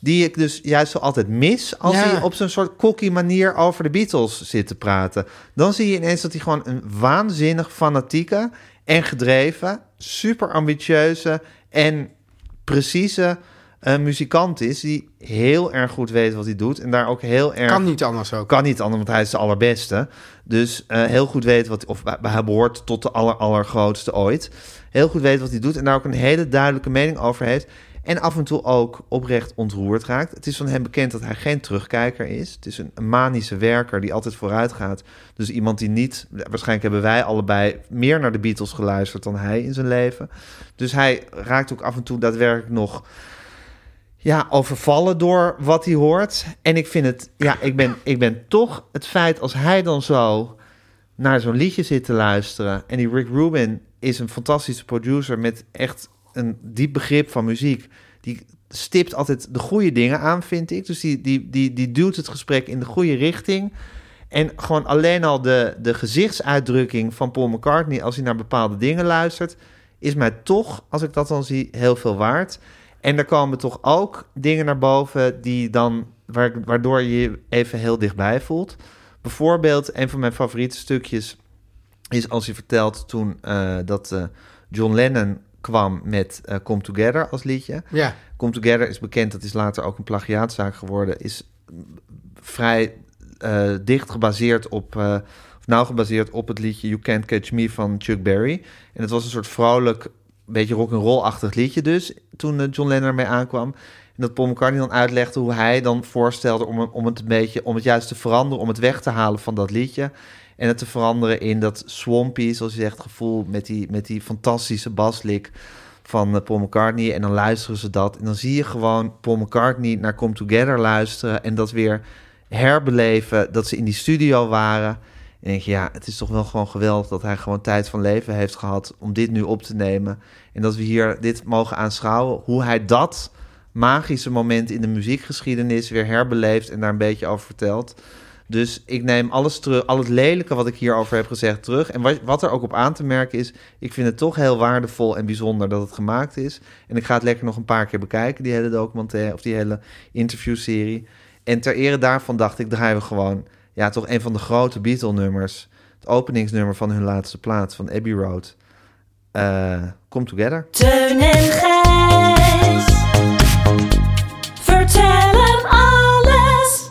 [SPEAKER 2] die ik dus juist zo altijd mis als
[SPEAKER 3] Ja.
[SPEAKER 2] hij op zo'n soort cocky manier over de Beatles zit te praten. Dan zie je ineens dat hij gewoon een waanzinnig fanatieke en gedreven... super ambitieuze en precieze... eh, muzikant is die heel erg goed weet wat hij doet en daar ook heel erg
[SPEAKER 3] Kan niet anders ook.
[SPEAKER 2] kan niet anders, want hij is de allerbeste. Dus eh, heel goed weet wat... Of hij- hij behoort tot de aller, allergrootste ooit. Heel goed weet wat hij doet en daar ook een hele duidelijke mening over heeft. En af en toe ook oprecht ontroerd raakt. Het is van hem bekend dat hij geen terugkijker is. Het is een, een manische werker die altijd vooruit gaat. Dus iemand die niet... Waarschijnlijk hebben wij allebei meer naar de Beatles geluisterd dan hij in zijn leven. Dus hij raakt ook af en toe daadwerkelijk nog ja, overvallen door wat hij hoort. En ik vind het, ja, ik ben, ik ben toch het feit als hij dan zo naar zo'n liedje zit te luisteren. En die Rick Rubin is een fantastische producer met echt een diep begrip van muziek. Die stipt altijd de goede dingen aan, vind ik. Dus die, die, die, die duwt het gesprek in de goede richting. En gewoon alleen al de, de gezichtsuitdrukking van Paul McCartney als hij naar bepaalde dingen luistert, is mij toch, als ik dat dan zie, heel veel waard. En er komen toch ook dingen naar boven die dan, waar- waardoor je je even heel dichtbij voelt. Bijvoorbeeld, een van mijn favoriete stukjes is als hij vertelt toen eh, dat eh, John Lennon kwam met eh, Come Together als liedje.
[SPEAKER 3] Ja.
[SPEAKER 2] Come Together is bekend, dat is later ook een plagiaatzaak geworden. Is vrij eh, dicht gebaseerd op, eh, of nauw gebaseerd op het liedje You Can't Catch Me van Chuck Berry. En het was een soort vrolijk, beetje rock'n'roll-achtig liedje dus, toen eh, John Lennon ermee aankwam. En dat Paul McCartney dan uitlegde hoe hij dan voorstelde om, om het een beetje, om het juist te veranderen, om het weg te halen van dat liedje. En het te veranderen in dat swampy, zoals je zegt, gevoel met die, met die fantastische baslik van eh, Paul McCartney. En dan luisteren ze dat. En dan zie je gewoon Paul McCartney naar Come Together luisteren. En dat weer herbeleven dat ze in die studio waren. En denk je, ja, het is toch wel gewoon geweldig dat hij gewoon tijd van leven heeft gehad om dit nu op te nemen. En dat we hier dit mogen aanschouwen. Hoe hij dat magische moment in de muziekgeschiedenis weer herbeleeft en daar een beetje over vertelt. Dus ik neem alles terug, al het lelijke wat ik hierover heb gezegd terug. En wat, wat er ook op aan te merken is, ik vind het toch heel waardevol en bijzonder dat het gemaakt is. En ik ga het lekker nog een paar keer bekijken, die hele documentaire of die hele interviewserie. En ter ere daarvan dacht ik, draaien we gewoon, ja, toch een van de grote Beatle-nummers. Het openingsnummer van hun laatste plaat, van Abbey Road. Eh, Come Together.
[SPEAKER 7] Teun en Gijs. Vertel hem alles.